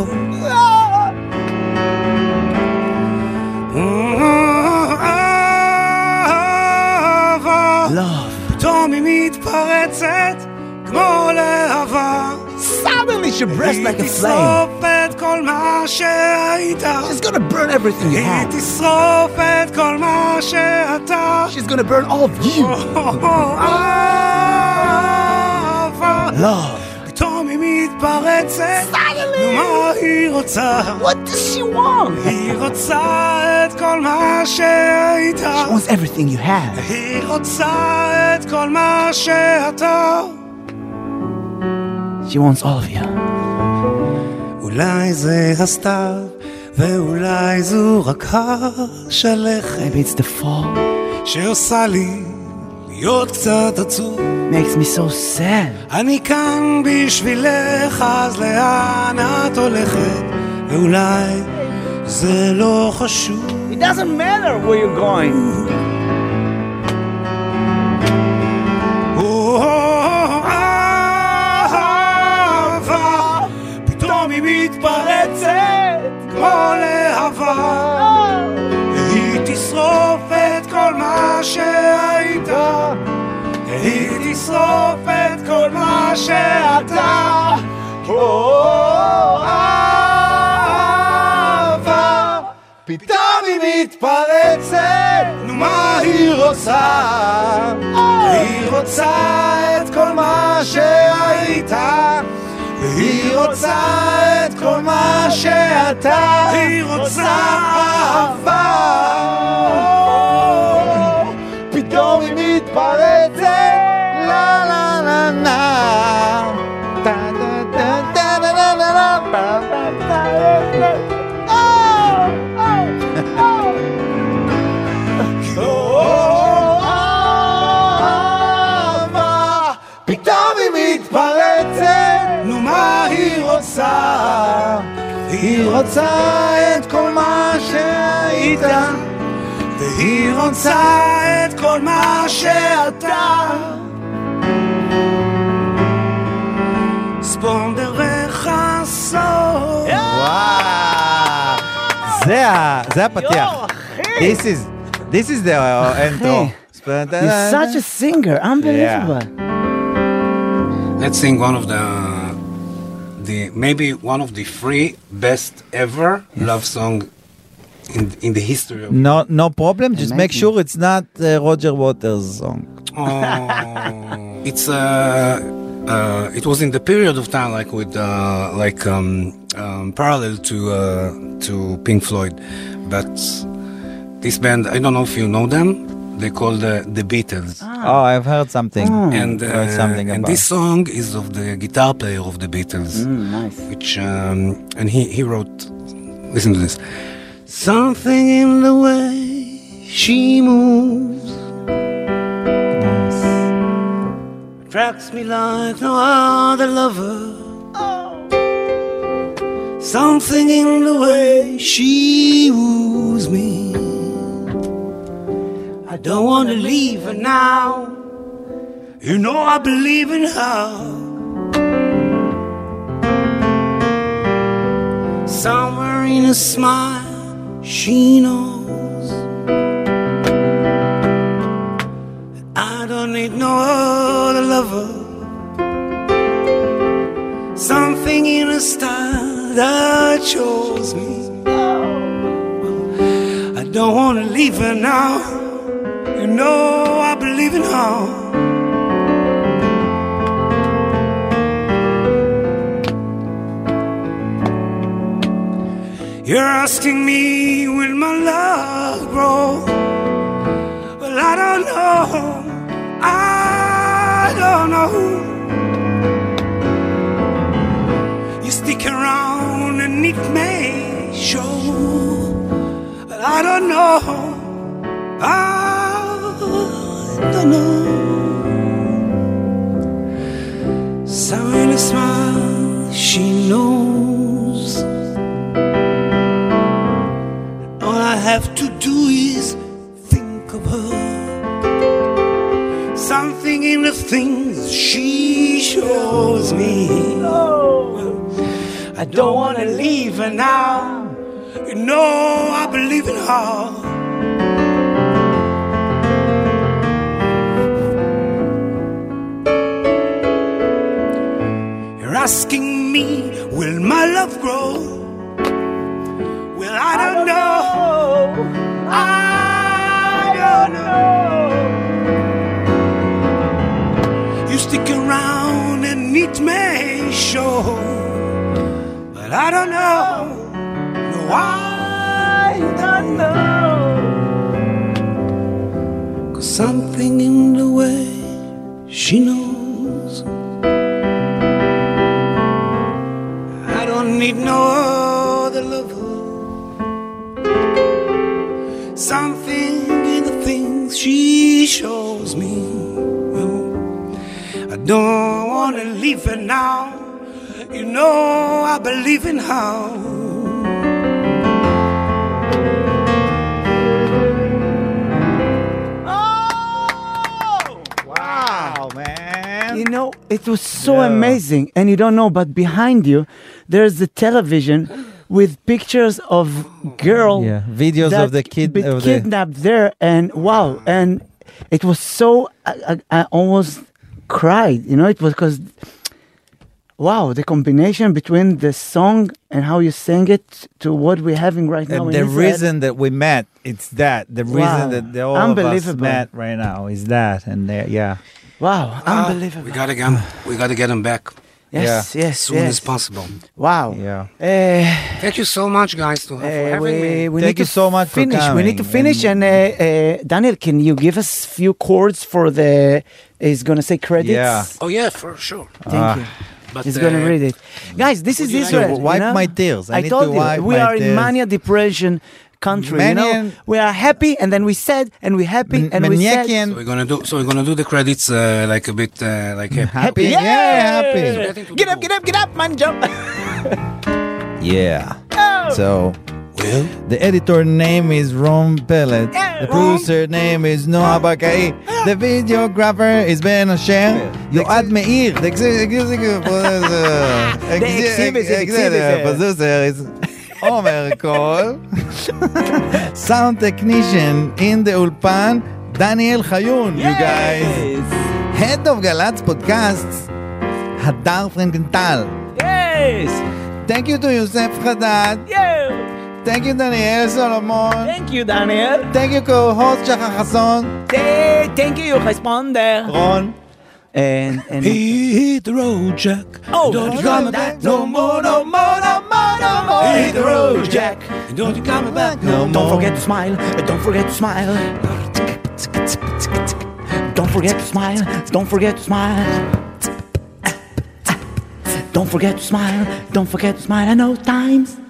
Speaker 6: אהבה,
Speaker 4: Love.
Speaker 6: פתאום היא מתפרצת כמו להבה.
Speaker 4: Suddenly she bursts
Speaker 6: היא
Speaker 4: like a flame.
Speaker 6: תשרוף את כל מה שהיית.
Speaker 4: She's gonna burn everything you
Speaker 6: היא
Speaker 4: have.
Speaker 6: תשרוף את כל מה שאתה.
Speaker 4: She's gonna burn all of you.
Speaker 6: Oh, אהבה.
Speaker 4: Love.
Speaker 6: פתאום היא מתפרצת, נו
Speaker 4: Suddenly.
Speaker 6: מה היא רוצה?
Speaker 4: What does she want?
Speaker 6: היא רוצה את כל מה שהיית,
Speaker 4: She wants everything you have.
Speaker 6: היא רוצה את כל מה שאתה.
Speaker 4: She wants all of you.
Speaker 6: אולי זה הסתיו, ואולי זו רק השלכת
Speaker 4: Maybe it's the fall.
Speaker 6: שעושה לי להיות קצת עצוב.
Speaker 4: Makes me so sad.
Speaker 6: אני כאן בשבילך, אז לאן את הולכת? ואולי זה לא חשוב.
Speaker 4: It doesn't matter where you're going.
Speaker 6: או, אהבה, פתאום היא מתפרצת כמו להבה. היא תשרוף את כל מה שהיית, היא תשרוף את כל מה שאתה. או, אהבה, פתאום היא מתפרצת, נו מה היא רוצה? היא רוצה את כל מה שהיית היא רוצה את כל מה שאתה היא רוצה אהבה פתאום היא מתפרצת לה לה לה לה טה, טה, טה, טה, לה, לה, לה, לה, בה, בה, בה, לה, לה. אה, אה, אה. פתאום היא מתפרצת, נו מה היא רוצה? היא רוצה את כל מה שהיית, והיא רוצה את כל מה שאתה. ספונדרך הסוף.
Speaker 5: וואו. זה ה- זה הפתיח. This is this is the uh, intro.
Speaker 4: You're such a singer. Unbelievable.
Speaker 6: Let's sing one of the the maybe one of the three best ever love song in in the history of.
Speaker 5: No, no problem. Just make
Speaker 4: Amazing.
Speaker 5: sure it's not uh, Roger Waters' song.
Speaker 6: Oh, it's a uh, it was in the period of time like with uh, like um, um, parallel to uh, to Pink Floyd, but this band I don't know if you know them. They call the the Beatles,
Speaker 4: Ah.
Speaker 5: Oh, I've heard something.
Speaker 6: and
Speaker 5: I've Hmm, heard
Speaker 6: uh,
Speaker 5: something
Speaker 6: and
Speaker 5: about. Hmm,
Speaker 6: this song is of the guitar player of the Beatles
Speaker 4: Mm, nice.
Speaker 6: which um, and he he wrote. Listen to this. Something in the way she moves attracts me like no other lover. Something in the way she woos me. I don't want to leave her now. You know I believe in her. Somewhere in a smile, she knows. I don't need no other lover. Something in her style that chose me. I don't want to leave her now. You know I believe in her. You're asking me will my love grow? Well, I don't know. I don't know. You stick around and it may show. But I don't know. I don't know. Somewhere in a smile, she knows. All I have to do is think of her. Something in the things she shows me. I don't want to leave her now. You know, I believe in her. You're asking me, will my love grow? Well, I don't know. I don't know. You stick around and it may show. But I don't know. No, I don't know. 'Cause something in the way she knows. I don't need no other lover. Something in the things she shows me. I don't want to leave her now. You know I believe in her.
Speaker 5: Wow, man.
Speaker 4: You know, it was so
Speaker 5: Yeah.
Speaker 4: amazing. And you don't know, but behind you, there's the television with pictures of girl.
Speaker 5: Yeah, videos
Speaker 4: that
Speaker 5: of the kid.
Speaker 4: be
Speaker 5: Of the, uh,
Speaker 4: kidnapped there. And wow. And it was so, I, I, I almost cried. You know, it was because, wow, the combination between the song and how you sang it to what we're having right now.
Speaker 5: and
Speaker 4: in
Speaker 5: the
Speaker 4: Israel.
Speaker 5: reason that we met, it's that. The reason
Speaker 4: Wow.
Speaker 5: that the, all of us
Speaker 4: Unbelievable.
Speaker 5: met right now is that. And there, yeah.
Speaker 4: Wow,
Speaker 5: Ah.
Speaker 4: unbelievable.
Speaker 6: Ah, We gotta get him. We gotta get him back
Speaker 4: yes, yes,
Speaker 6: soon
Speaker 4: yes.
Speaker 6: as possible.
Speaker 4: Wow.
Speaker 5: Yeah.
Speaker 4: Eh,
Speaker 6: Thank you so much, guys, to, Uh, for
Speaker 4: Eh,
Speaker 6: having
Speaker 4: we,
Speaker 6: me.
Speaker 4: we
Speaker 5: Thank
Speaker 4: need
Speaker 5: you
Speaker 4: to
Speaker 5: so much for
Speaker 4: finish. we need to
Speaker 5: coming,
Speaker 4: finish. And,
Speaker 5: and-
Speaker 4: uh, uh, Daniel, can you give us few chords for the? He's gonna say credits.
Speaker 5: Yeah.
Speaker 6: Oh yeah, for sure.
Speaker 4: Thank
Speaker 5: Ah. Mm.
Speaker 4: you.
Speaker 6: But
Speaker 4: He's gonna
Speaker 6: uh,
Speaker 4: read it, guys. This is
Speaker 6: you like
Speaker 4: Israel.
Speaker 5: to
Speaker 4: you
Speaker 5: wipe
Speaker 4: know?
Speaker 5: my tears? I
Speaker 4: I,
Speaker 5: need
Speaker 4: told
Speaker 5: to
Speaker 4: you
Speaker 5: wipe
Speaker 4: we
Speaker 5: my
Speaker 4: are in
Speaker 5: tears.
Speaker 4: mania depression country. You know,
Speaker 5: Manian-
Speaker 4: we are happy and then we sad and we happy
Speaker 5: Man-
Speaker 4: and we sad.
Speaker 5: Maniakian-
Speaker 6: So we're gonna do. So we're gonna do the credits uh, like a bit uh, like happy.
Speaker 5: Happy.
Speaker 4: Yeah.
Speaker 5: Yeah, happy.
Speaker 6: Getting to
Speaker 4: Mm-hmm. Get
Speaker 6: the
Speaker 4: up, get up, get up, man, jump.
Speaker 5: Yeah.
Speaker 4: Oh.
Speaker 5: So
Speaker 6: Well,
Speaker 5: the editor name is Ron Pellet. The producer name is Noah Bakai. The videographer is Ben Asher. Yoad Meir. The ex- executive producer-
Speaker 4: exhibit- exhibitor.
Speaker 5: ex- executive producer is Omer Kol. Sound technician in the Ulpan, Daniel Chayun, you guys. Head of Galatz Podcasts, Hadar Frankenthal.
Speaker 7: Yes!
Speaker 5: Thank you to Yosef Haddad.
Speaker 7: Yeah!
Speaker 5: Thank you, Daniel Solomon.
Speaker 7: Thank you, Daniel.
Speaker 5: Thank you, co-host Shachar Hassan.
Speaker 7: Th- Thank you, responder.
Speaker 5: Ron.
Speaker 4: And, and
Speaker 6: He hit the road, Jack.
Speaker 7: Oh,
Speaker 6: don't
Speaker 7: no,
Speaker 6: you come
Speaker 7: no,
Speaker 6: back
Speaker 7: no
Speaker 6: no more, no more, no more, no more. Hit the road, Jack. Don't you come back no more.
Speaker 4: don't forget to smile, don't forget to smile. Don't forget to smile, don't forget to smile. Don't forget to smile, don't forget to smile. I know times